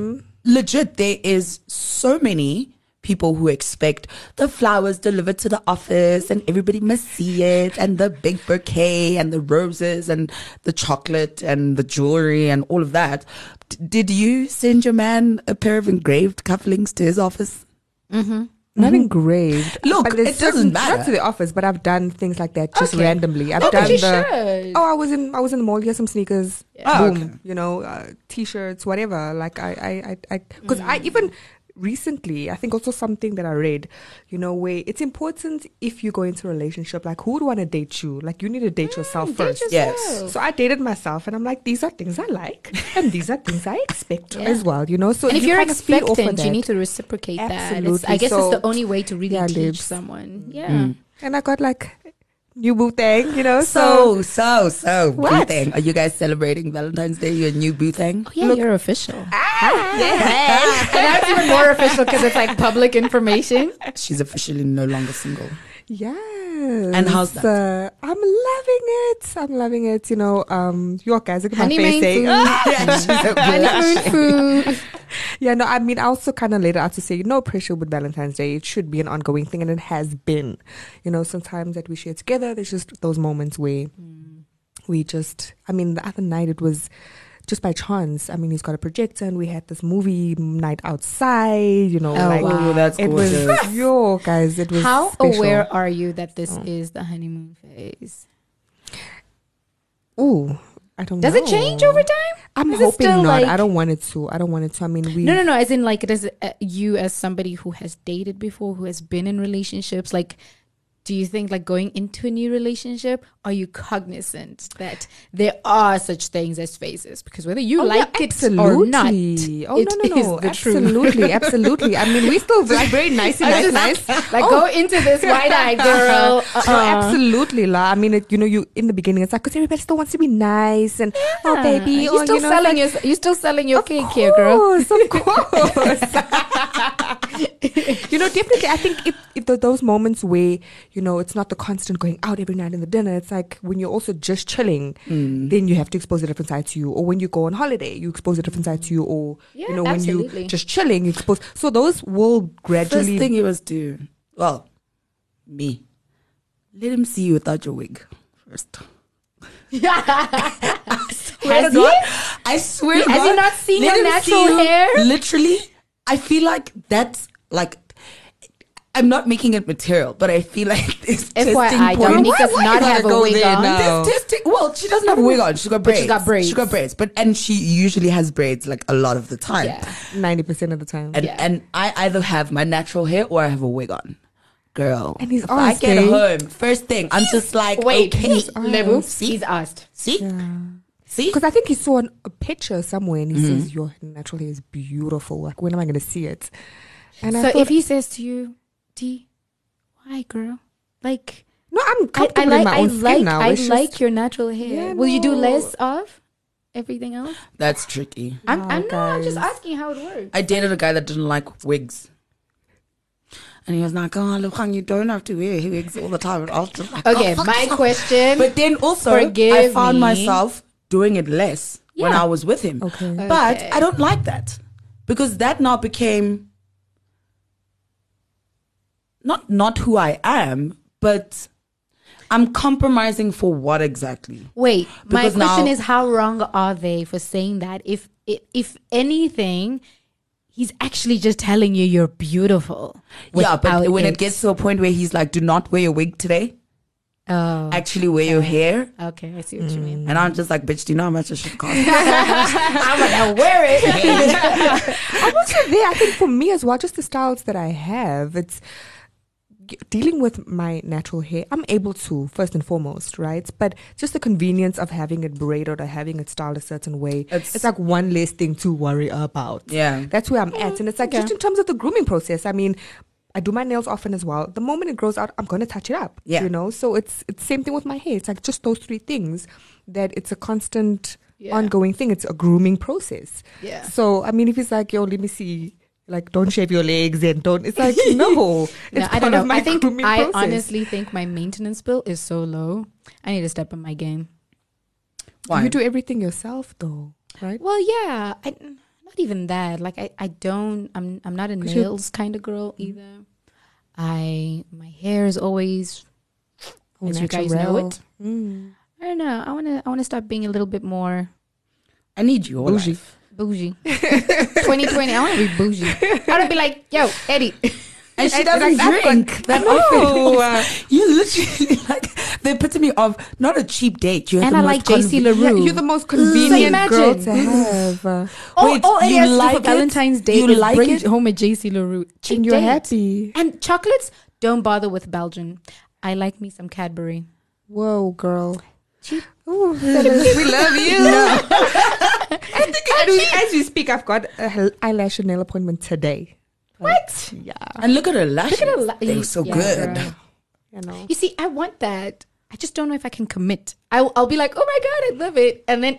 B: legit, there is so many people who expect the flowers delivered to the office and everybody must see it and the big bouquet and the roses and the chocolate and the jewelry and all of that. D- did you send your man a pair of engraved cufflinks to his office?
C: Not
A: Mm-hmm.
C: engraved. uh,
B: Look,
C: But there's
B: it doesn't
C: certain-
B: matter.
C: Not to the office, but I've done things like that just
A: Okay.
C: randomly. I've
A: No,
C: done
A: but you
C: the.
A: should.
C: Oh, I was in. I was in the mall. Here's some sneakers.
B: Oh,
C: Boom.
B: okay.
C: You know, uh, t-shirts, whatever. Like I, I, I, because I,
A: Mm.
C: even recently, I think also something that I read. You know, where it's important if you go into a relationship, like who would want to date you? Like you need to date yourself
A: Mm, Date
C: first.
B: yes.
A: yourself.
C: So I dated myself, and I'm like, these are things I like, and these are things I expect
A: Yeah.
C: as well. You know, so
A: and if you're
C: kind of feed off of
A: expectant, you
C: that.
A: need to reciprocate that. It's, I
C: Absolutely.
A: guess
C: So-
A: it's the only way to really
C: Yeah,
A: teach
C: babes. Mm.
A: someone. Yeah.
C: and I got like new boo thing, you
A: Oh,
C: know. So,
B: So, so, so,
C: What?
B: Boothang. Are you guys celebrating Valentine's Day, your new Boothang?
A: Oh, yeah, you're official.
C: yeah.
A: and that's even more official because it's like public information.
B: She's officially no longer single.
C: yes.
B: And how's that?
C: Uh, I'm loving it. I'm loving it. You know, um, your guys look at my
A: Honeymoon
C: face. eh?
A: food. Honeymoon food.
C: Yeah, no, I mean, I also kind of laid it out to say no pressure with Valentine's Day. It should be an ongoing thing, and it has been. You know, sometimes that we share together, there's just those moments where
A: Mm.
C: we just, I mean, the other night it was just by chance. I mean, he's got a projector, and we had this movie night outside, you know,
A: Oh,
C: like.
A: wow.
B: that's
C: It was yo guys. It was
A: How
C: special.
A: aware are you that this
C: Oh.
A: is the honeymoon phase?
C: Ooh, I don't.
A: Does
C: know.
A: it change over time?
C: I'm
A: Is it
C: hoping
A: still
C: not.
A: like-
C: I don't want it to. I don't want it to. I mean, we.
A: No, no, no. As in, like, does uh, you, as somebody who has dated before, who has been in relationships, like, do you think, like, going into a new relationship, are you cognizant that there are such things as phases? Because whether you
C: Oh, yeah,
A: like it or
C: absolutely.
A: not,
C: Oh
A: it
C: no, no, no!
A: is the truth.
C: absolutely, absolutely. I mean, we still like very nicey,
A: I
C: nice,
A: just
C: nice.
A: like,
C: Oh.
A: go into this wide-eyed girl.
C: No,
A: Uh-uh.
C: absolutely, la. I mean, it, you know, you in the beginning, it's like because everybody still wants to be nice and oh, baby,
A: you're
C: oh,
A: still
C: you know,
A: selling
C: it's like,
A: your, you're still selling your cake
C: of
A: here, girl.
C: course, of course. you know, definitely. I think if if there are those moments where you know it's not the constant going out every night in the dinner, it's like when you're also just chilling,
A: Mm.
C: then you have to expose a different side to you. Or when you go on holiday, you expose a different side to you. Or
A: Yeah,
C: you know, when
A: absolutely.
C: you just chilling, you expose. So those will
B: First
C: gradually.
B: thing you must do, well, me, let him see you without your wig first. Swear to
A: Has
B: God,
A: he?
B: I swear to
A: Has
B: God,
A: he not seen
B: let
A: your
B: him
A: natural
B: you.
A: hair?
B: Literally, I feel like that's like. I'm not making it material, but I feel like this
A: FYI,
B: testing point.
A: Dominique does
C: why
A: not
C: you
A: have
C: gotta
A: a
C: go
A: wig
C: there
A: on.
C: now?
B: This testing. Well, she doesn't have a wig on. She's got
A: But
B: braids.
A: she's got braids.
B: She got braids, but and she usually has braids like a lot of the time.
A: Yeah.
C: Ninety percent of the time.
B: And
A: Yeah.
B: and I either have my natural hair or I have a wig on. Girl,
C: And he's
B: if I
C: honest,
B: get
C: eh?
B: home first thing. I'm just like,
A: Wait,
B: okay,
A: Lebu,
B: See?
A: he's asked.
B: see, see.
C: Because I think he saw an, a picture somewhere and he
A: Mm-hmm.
C: says, Your natural hair is beautiful. Like, when am I going to see it? And I
A: so
C: thought,
A: if he says to you, D, why, girl? Like,
C: No, I'm
A: I,
C: comfortable
A: I like,
C: in my
A: I
C: own skin
A: like,
C: now.
A: I
C: It's just-
A: like your natural hair.
C: Yeah,
A: Will you do
C: no.
A: less of everything else?
B: That's tricky.
A: I'm,
C: No,
A: I'm no, I'm just
C: guys.
A: asking how it works.
B: I dated a guy that didn't like wigs. And he was like, oh, Luhang, you don't have to wear wigs all the time. And I was just like, oh,
A: Okay,
B: fuck
A: my
B: you.
A: question.
B: But then also, I
A: Forgive
B: found
A: me.
B: myself doing it less when
A: Yeah.
B: I was with him.
C: Okay.
B: But
A: Okay.
B: I don't like that because that now became not not who I am, but I'm compromising for what exactly?
A: Wait, my
B: Because
A: question
B: now-
A: is how wrong are they for saying that? If if, if anything, he's actually just telling you you're beautiful.
B: yeah, but
A: without
B: when it gets to a point where he's like, "Do not wear your wig today.
A: oh,
B: Actually, wear your hair."
A: okay, I see what you mean.
B: And I'm just like, "Bitch, do you know how much this shit costs?"
A: I'm gonna wear it.
C: I'm also there. I think for me as well, just the styles that I have, it's g- dealing with my natural hair. I'm able to, first and foremost, right? But just the convenience of having it braided or having it styled a certain way,
B: It's-
C: it's, like one less thing to worry about.
B: Yeah.
C: That's where I'm at. And it's like, just in terms of the grooming process, I mean, I do my nails often as well. The moment it grows out, I'm gonna touch it up.
B: Yeah.
C: You know? So it's it's same thing with my hair. It's like just those three things that it's a constant
A: Yeah.
C: ongoing thing. It's a grooming process.
A: Yeah.
C: So I mean, if it's like, yo, let me see, like, don't shave your legs and don't. It's like, no,
A: No,
C: it's
A: I
C: part
A: don't know.
C: of my
A: I think
C: grooming
A: I
C: process.
A: honestly think my maintenance bill is so low. I need to step up my game.
B: Why?
C: you do everything yourself, though, right?
A: Well, yeah, I, not even that. Like I, I don't. I'm I'm not a
C: 'Cause you-
A: nails kind of girl either. I my hair is always
C: All
A: as you guys know
C: Oh, natural.
A: it.
C: Mm.
A: I don't know. I wanna I wanna start being a little bit more
B: I need your
C: Bougie.
B: life.
A: bougie. 2020. I wanna be bougie. I wanna be like, yo, Eddie.
B: And she
C: And-
B: doesn't
C: and I've got-
B: drink. That
C: No.
B: often. you literally like the epitome of not a cheap date. You're
A: And
B: the
A: I
B: most
A: like JC
B: conven-
C: Yeah,
A: LaRue.
C: you're the most convenient girl to
A: imagine.
C: have, uh,
A: all,
B: Wait,
A: all oh, Eddie
B: you
A: has to do
B: like
A: for
B: it?
A: Valentine's Day
B: You
A: is
B: like
A: bring
B: it?
A: home a JC LaRue. Cheap
C: and you're
A: date.
C: happy.
A: And chocolates, don't bother with Belgian. I like me some Cadbury.
C: Whoa, girl.
A: Cheap.
C: Ooh, we love you. No. I think I do- as we speak, I've got a hel- eyelash and nail appointment today.
A: What?
C: Yeah,
B: And look at her lashes.
A: Look at her la-
B: They're so
A: Yeah,
B: good.
A: girl.
C: you know.
A: You see, I want that. I just don't know if I can commit. I'll, I'll be like, oh my God, I love it. And then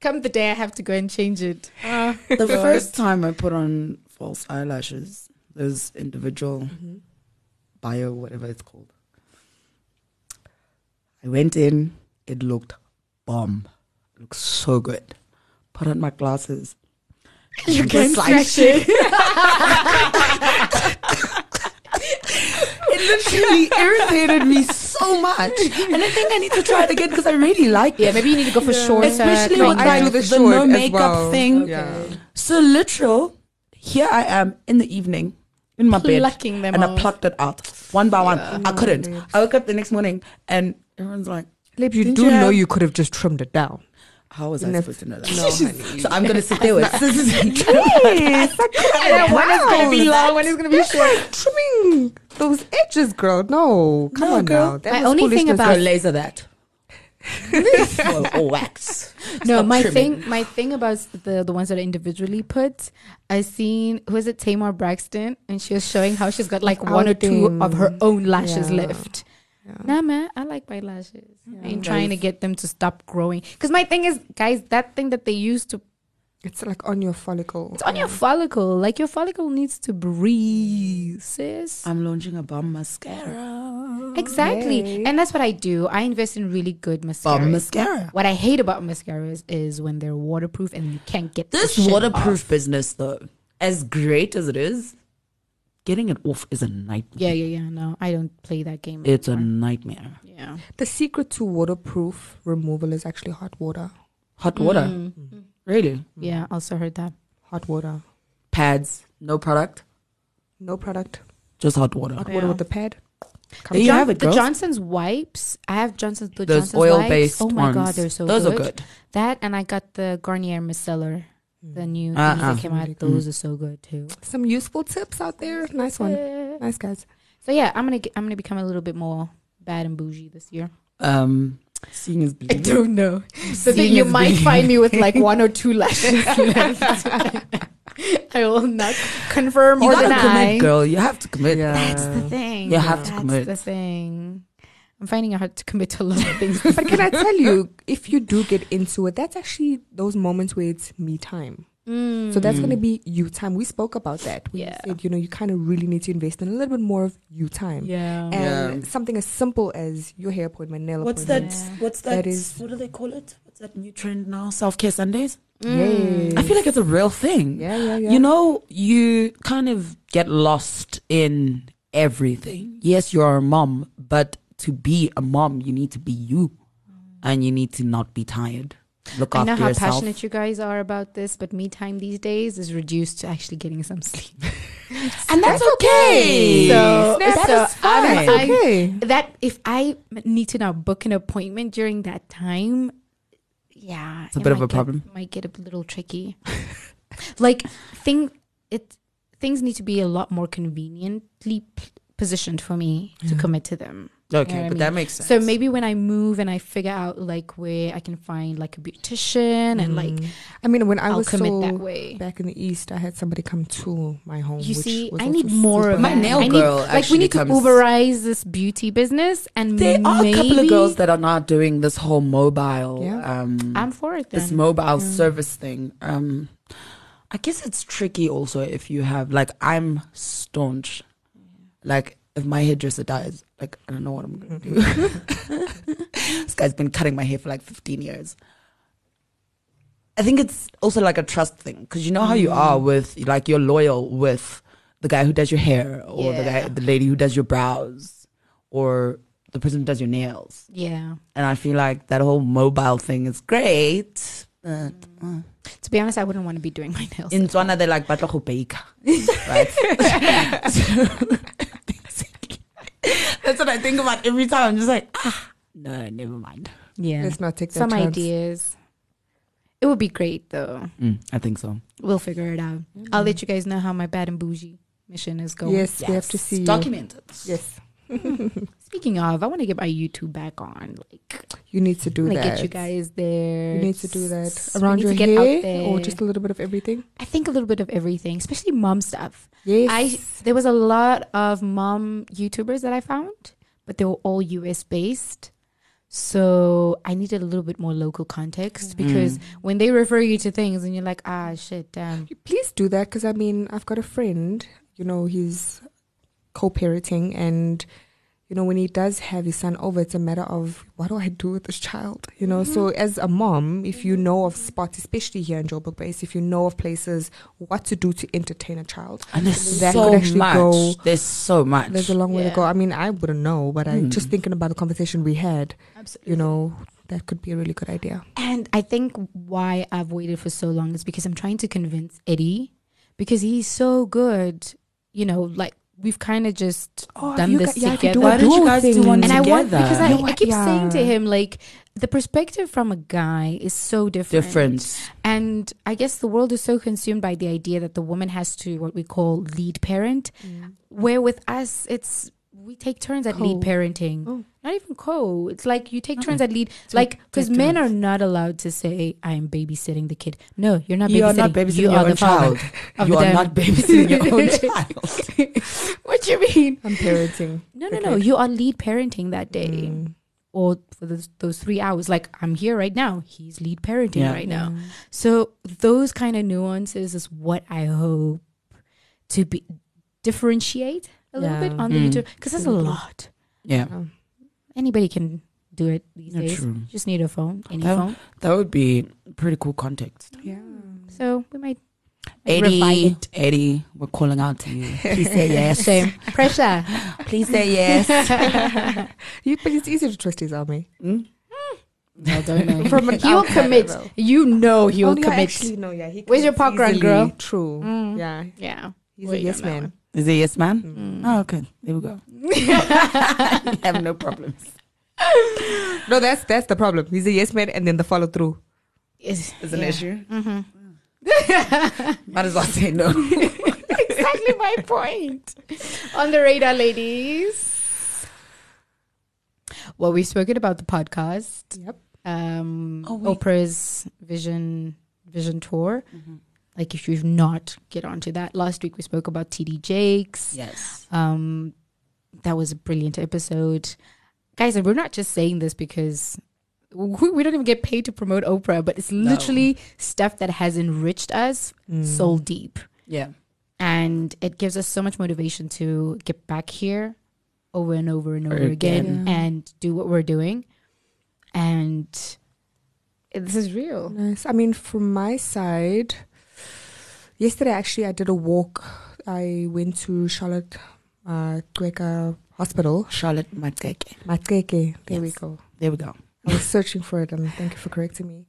A: come the day I have to go and change it. Ah.
C: Uh,
B: The first time I put on false eyelashes, those individual
A: Mm-hmm.
B: bio, whatever it's called. I went in, it looked bomb. It looked so good. Put on my glasses.
A: you
B: I'm
A: can
B: just like,
A: stretch it.
B: It literally irritated me so much. And I think I need to try it again because I really like it.
A: Yeah, maybe you need to go for shorter.
B: Especially
A: kind
B: with
A: of-
B: I do the short as well.
A: Okay.
B: So literal, here I am in the evening in my bed.
A: plucking them
B: and
A: off.
B: I plucked it out one by one. I couldn't. I woke up the next morning and everyone's like,
C: Lib, you
B: Didn't
C: do
B: you
C: know
B: have-
C: you could have just trimmed it down.
B: How was I
C: No,
B: supposed to know that?
C: no, honey.
B: so I'm gonna sit there with scissors and try
C: Yes,
A: And then one is gonna be long, one is gonna be short.
C: trimming those edges, girl. No, come
B: No,
C: on
B: girl.
C: now. That
A: My
C: was
A: only thing
C: foolishness.
A: about-
B: to laser that. Well, or wax.
A: No,
B: Stop
A: my
B: trimming.
A: thing, my thing about s- the the ones that are individually put. I seen who is it, Tamar Braxton, and she was showing how she's got like one or two of her own lashes
C: Yeah.
A: left. Nah, man, I like my lashes. I ain't
B: Yeah.
A: trying to get them to stop growing. Because my thing is, guys, that thing that they use to
C: It's like on your follicle.
A: it's on your follicle. Like your follicle needs to breathe, sis.
B: I'm launching a bomb mascara.
A: Exactly,
C: okay.
A: and that's what I do. I invest in really good mascara.
B: Bomb mascara.
A: what I hate about mascaras is when they're waterproof and you can't get the
B: This
A: shit
B: waterproof
A: off.
B: business, though, as great as it is, getting it off is a nightmare.
A: Yeah, yeah, yeah. No, I don't play that game.
B: It's a
A: anymore.
B: nightmare.
A: yeah.
C: The secret to waterproof removal is actually hot water.
B: Hot water,
A: Mm.
B: really?
A: Yeah, also heard that.
C: Hot water.
B: Pads, no product.
C: No product.
B: Just hot water.
C: Hot
A: Yeah.
C: water with the pad.
B: There you
A: John-
B: have it,
A: the
B: girls.
A: Johnson's wipes. I have Johnson's. The
B: Those
A: Johnson's
B: oil-based
A: wipes. Oh my god,
B: ones.
A: they're so
B: Those
A: good.
B: are good.
A: That and I got the Garnier micellar. The new things
B: Uh-uh.
A: that came out. Those are so good too.
C: Mm. Some useful tips out there. Nice one. Nice guys.
A: So yeah, I'm gonna get, I'm gonna become a little bit more bad and bougie this year.
B: Um, seeing is
A: I
B: believing.
A: don't know. So that
B: Seeing
A: you
B: is
A: might
B: believing.
A: find me with like one or two lashes left. I will not confirm
B: You
A: or
B: gotta
A: deny.
B: commit, girl. You have to commit.
A: That's the thing.
B: You have to
A: That's
B: commit.
A: the thing. I'm finding it hard to commit to a lot of things.
C: But can I tell you, if you do get into it, that's actually those moments where it's me time.
A: Mm.
C: So that's going to be you time. We spoke about that. We
A: Yeah.
C: said, you know, you kind of really need to invest in a little bit more of you time.
A: yeah.
C: And
B: Yeah.
C: something as simple as your hair appointment, nail
B: What's that?
C: appointment.
A: Yeah.
B: What's that?
C: That is-
B: what do they call it? What's that new trend now? Self care Sundays.
A: Mm.
C: Yes.
B: I feel like it's a real thing.
C: Yeah, yeah, yeah.
B: You know, you kind of get lost in everything. Yes, you're a mom, but to be a mom, you need to be you, and you need to not be tired. Look
A: Mm. I
B: after
A: know how
B: yourself.
A: passionate you guys are about this, but me time these days is reduced to actually getting some sleep.
B: and that's okay.
A: So-
B: that
A: so
B: is fine.
A: I'm-
C: That's okay.
A: that if I need to now book an appointment during that time, yeah,
B: It's a
A: it
B: bit of
A: might
B: a
A: get-
B: problem.
A: Might get a little tricky. like thing, it things need to be a lot more conveniently p- positioned for me to commit to them.
B: okay,
A: You know what I
B: but
A: mean?
B: that makes sense.
A: So maybe when I move and I figure out like where I can find like a beautician and like
B: Mm.
C: Mm. I mean, when I
A: I'll
C: was
A: commit
C: so
A: that way.
C: back in the east, I had somebody come to my home.
A: You
C: which
A: see,
C: was
A: I
C: also
A: need more of
C: super-
B: My
A: that.
B: nail
A: I need-
B: girl
A: Like we
B: actually
A: need to
B: comes-
A: Uberize this beauty business, and
B: there are a couple of
A: maybe-
B: girls that are now doing this whole mobile.
C: Yeah.
B: Um,
A: I'm for it.
B: this
A: Then.
B: mobile service thing. Um, I guess it's tricky also if you have like I'm staunch. Like if my hairdresser dies, like I don't know what I'm gonna do. this guy's been cutting my hair for like 15 years. I think it's also like a trust thing because you know how you are with like you're loyal with the guy who does your hair or the guy,
A: Yeah.
B: the lady who does your brows or the person who does your nails.
A: yeah.
B: And I feel like that whole mobile thing is great. But, uh,
A: To be honest, I wouldn't want to be doing my nails.
B: in Tswana, they're like, batla go bake. Right? so, that's what I think about every time. I'm just like, ah, no, never mind.
A: yeah.
C: Let's not take that
A: Some
C: chance.
A: ideas. It would be great though.
B: Mm, I think so.
A: We'll figure it out. I'll let you guys know how my bad and bougie mission is going.
C: Mm-hmm. Yes, we have to see.
B: Document it.
C: Yes,
A: Speaking of, I want to get my YouTube back on. Like,
C: you need to do
A: like
C: that.
A: get you guys there.
C: You need to do that
A: S- we
C: around
A: need
C: your
A: to get out
C: hair,
A: there.
C: or just a little bit of everything.
A: I think a little bit of everything, especially mom stuff.
C: Yes,
A: I there was a lot of mom YouTubers that I found, but they were all US based. So I needed a little bit more local context because when they refer you to things and you're like, ah, shit, damn.
C: please do that because I mean, I've got a friend. You know, he's co-parenting, and you know when he does have his son over, it's a matter of what do I do with this child? You know, so as a mom, if you know of spots, especially here in Joburg Base, if you know of places, what to do to entertain a child,
B: And there's
C: That
B: so
C: could actually
B: much.
C: go-
B: There's so much.
C: there's a long way to
A: Yeah.
C: go. I mean, I wouldn't know, but I just thinking about the conversation we had.
A: Absolutely.
C: You know, that could be a really good idea.
A: And I think why I've waited for so long is because I'm trying to convince Eddie because he's so good. You know, like we've kind of just
C: Oh,
A: done
C: you
A: this
C: gu- yeah, you do
A: together.
C: a
B: Why don't you
C: dual
B: guys do
C: thing.
B: one
A: and I want because I,
B: together?
A: I keep saying to
C: Yeah.
A: him like the perspective from a guy is so different.
B: Different.
A: And I guess the world is so consumed by the idea that the woman has to what we call lead parent,
C: Mm.
A: where with us it's we take turns at lead
C: Co.
A: parenting.
C: Oh.
A: Not even co. It's like you
B: Uh-uh.
A: take turns at lead, like because men are not allowed to say, "I am babysitting the kid." No, you're not.
B: You
A: babysitting.
B: are not babysitting
A: You
B: your
A: are
B: own
A: the father
B: child.
A: of
B: You
A: the
B: are
A: damn-
B: not babysitting your own child.
A: what you mean?
C: I'm parenting. Mm.
A: No, no, no. You are lead parenting that day,
B: Mm.
A: or for those, those three hours. Like I'm here right now. He's lead parenting
B: Yeah.
A: right now. So those kind of nuances is what I hope to be differentiate a little
C: Yeah.
A: bit on the
B: Mm.
A: YouTube because there's a lot.
B: Yeah.
A: Anybody can do it these
B: Yeah,
A: days.
B: true. Oh.
A: Just need a phone, any
B: That-
A: phone.
B: That would be pretty cool context.
C: Yeah.
A: So we might
B: Eddie,
A: revive
B: Eddie, we're calling out to you. Please say
A: it.
B: yes.
A: Same pressure.
B: Please say yes.
C: You, but it's easy to trust his army.
B: Mm.
A: I don't know.
C: From an
A: he will
C: outsider,
A: commit.
C: though.
A: You know
B: Oh,
A: he will
C: oh, yeah,
A: commit.
C: Actually, no, yeah. He
A: Where's your
C: commits
A: parkrun,
C: easily.
A: girl?
C: True.
A: Mm.
C: Yeah.
A: yeah.
C: He's
A: Wait
C: a
A: on
C: yes
A: that
C: man.
A: one.
B: Is it yes, man? Oh, okay. There we go. I have no problems.
C: No, that's that's the problem. He's a yes man, and then the follow through.
A: It's,
B: It's an
A: yeah.
B: issue. Might as well say no.
A: exactly my point. On the radar, ladies. Well, we've spoken about the podcast,
C: Yep.
A: um,
B: Oh, we-
A: Oprah's vision vision tour. Like, if you've not, get onto that. Last week we spoke about TD Jakes.
B: Yes.
A: Um, that was a brilliant episode, guys. And we're not just saying this because we, we don't even get paid to promote Oprah, but it's literally stuff that has enriched us
C: Mm.
A: soul deep
B: Yeah.
A: and it gives us so much motivation to get back here over and over and over
B: Again.
A: again, and do what we're doing and this is real
C: Nice. I mean, from my side, yesterday actually I did a walk. I went to Charlotte uh, Kweka Hospital.
B: Charlotte Matkeke.
C: Matkeke. There we
B: Yes.
C: go.
B: There we go.
C: I was searching for it, and thank you for correcting me.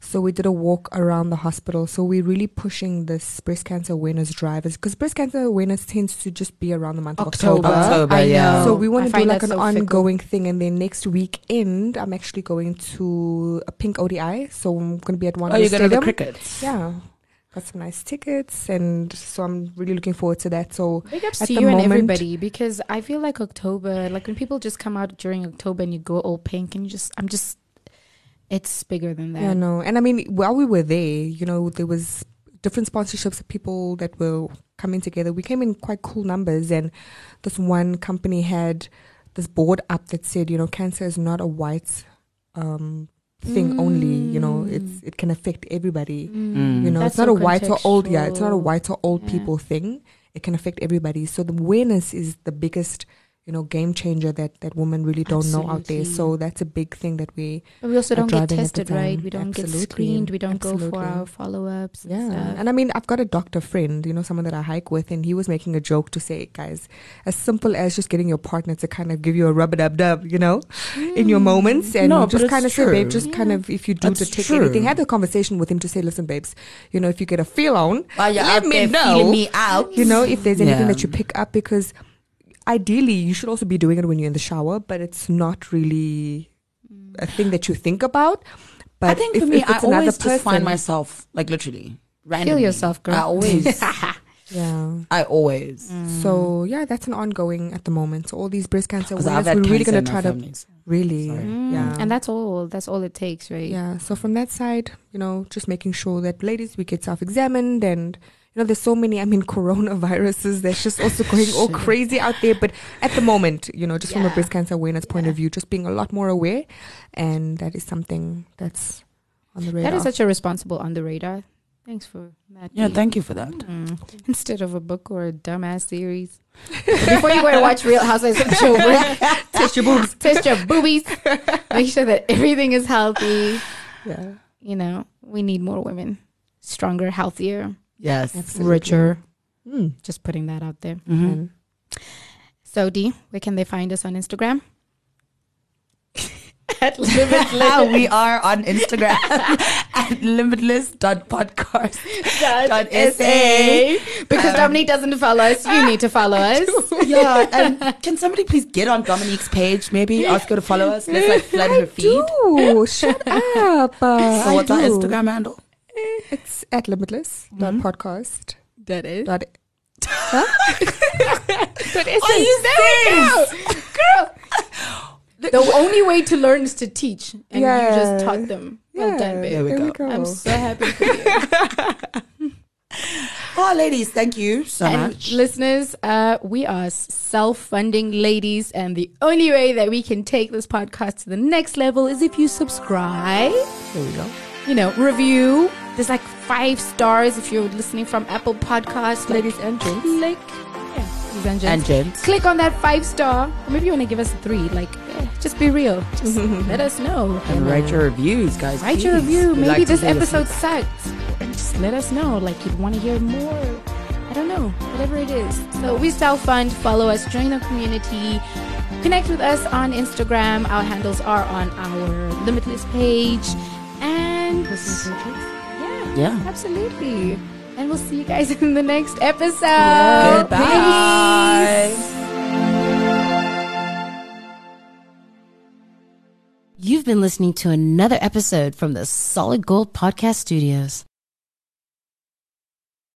C: So we did a walk around the hospital. So we're really pushing this breast cancer awareness drive, because breast cancer awareness tends to just be around the month of
A: October,
C: October.
B: October,
A: I
B: yeah.
A: know.
C: So we
A: I
C: want to do
A: find
C: like
A: that so
C: an
A: fickle.
C: ongoing thing, and then next weekend I'm actually going to a pink ODI, so I'm going to be at one.
B: Oh, you're going to the
C: stadium.
B: crickets?
C: Yeah, got some nice tickets, and so I'm really looking forward to that. So
A: Big ups
C: At
A: to
C: the
A: you and
C: moment-
A: everybody because I feel like October, like when people just come out during October and you go all pink and you just, I'm just, it's bigger than that.
C: yeah, no, and I mean while we were there, you know, there was different sponsorships of people that were coming together. We came in quite cool numbers, and this one company had this board up that said, you know, cancer is not a white um, thing only. You know,
A: Mm.
C: it's it can affect everybody.
B: Mm.
C: You know,
A: That's
C: it's not
A: so
C: a white or old yeah, it's not a
A: contextual.
C: white or old
A: Yeah.
C: people thing. It can affect everybody. So the awareness is the biggest, you know, game changer that that women really don't know out there.
A: Absolutely.
C: So that's a big thing that we
A: But we also
C: are
A: don't get
C: driving at the
A: tested, right?
C: time.
A: We don't
C: Absolutely.
A: get screened. We don't go for
C: Absolutely.
A: our follow ups.
C: yeah.
A: And stuff.
C: And I mean, I've got a doctor friend, you know, someone that I hike with, and he was making a joke to say, guys, as simple as just getting your partner to kind of give you a rub a dub dub, you know, in your
A: Mm.
C: moments, and
B: Mm. No, but
C: just
B: it's
C: kind of say, babe,
B: true.
C: just
A: Yeah.
C: kind of if you do
B: That's
C: detect
B: true.
C: anything, have a conversation with him to say, listen, babes, you know, if you get a feel on,
B: While you're
C: let
B: out
C: me
B: there
C: know.
B: feeling me out.
C: you know, if there's anything
B: Yeah.
C: that you pick up because ideally you should also be doing it when you're in the shower, but it's not really a thing that you think about. But
B: I think
C: if,
B: for me,
C: if
B: I
C: it's another
B: always just
C: person,
B: find myself, like literally, randomly.
A: yourself, girl. Mm.
B: I always.
C: yeah.
B: I always.
C: So yeah, that's an ongoing at the moment. So all these breast cancer
B: Mm. Because I've
C: awareness,
B: had
C: we're really
B: cancer
C: gonna
B: in
C: try
B: my
C: to
B: family, so-
C: really,
B: Sorry.
A: Mm.
C: yeah,
A: And that's all. That's all it takes, right?
C: yeah. So from that side, you know, just making sure that ladies we get self-examined and. You know, there's so many. I mean, coronaviruses. That's just also going all
A: Shit.
C: crazy out there. But at the moment, you know, just from
A: Yeah.
C: a breast cancer awareness point
A: Yeah.
C: of view, just being a lot more aware, and that is something that's on the radar.
A: That is such a responsible on the radar. Thanks for that.
B: Yeah,
A: Dee.
B: thank you for that.
A: Mm. Instead of a book or a dumbass series. Before you go and watch Real Housewives of Children,
C: test your boobs.
A: test your boobies. Make sure that everything is healthy.
C: Yeah,
A: You know, we need more women. Stronger, healthier,
B: Yes.
C: absolutely.
A: richer.
C: Mm.
A: Just putting that out there.
B: Mhm.
C: And
A: So, Dee, where can they find us on Instagram? At Live It Loud.
B: we are on Instagram at limitless.podcast. dot SA.
A: Because
B: Um,
A: Dominique doesn't follow us, you need to follow us.
B: Yeah, and can somebody please get on Dominique's page? Maybe ask her to follow us. Let's like flood her feed.
C: do shut up. Uh,
B: So
C: I
B: what's our
C: do.
B: Instagram handle?
C: Eh, It's at limitless dot
A: Mm-hmm.
C: podcast
A: That is.
C: dot.
B: Are Oh, you serious?
A: Girl. The only way to learn is to teach, and you
C: Yeah.
A: just taught them. Well done, babe.
B: There we
C: there
B: go.
A: I'm so happy for you.
B: Oh, ladies, thank you so
A: and
B: much.
A: listeners, uh, we are self-funding ladies, and the only way that we can take this podcast to the next level is if you subscribe.
B: There we go.
A: You know, review. There's like five stars if you're listening from Apple Podcasts. Like,
C: Ladies and gents.
A: click. Yeah, ladies and gents.
B: And gents.
A: click on that five star. Or maybe you want to give us a three. Like, eh, just be real. Just let us know.
B: And write your reviews, guys.
A: Write your
B: please.
A: review.
B: We'd
A: Maybe
B: like to
A: this
B: hear the
A: episode
B: feedback.
A: sucked. And just let us know. Like, you'd want to hear more. I don't know. Whatever it is. So we self fund. Follow us. Join the community. Connect with us on Instagram. Our handles are on our Limitless page. And yeah,
B: Yeah.
A: absolutely. And we'll see you guys in the next episode.
B: Goodbye.
A: Peace.
D: You've been listening to another episode from the Solid Gold Podcast Studios.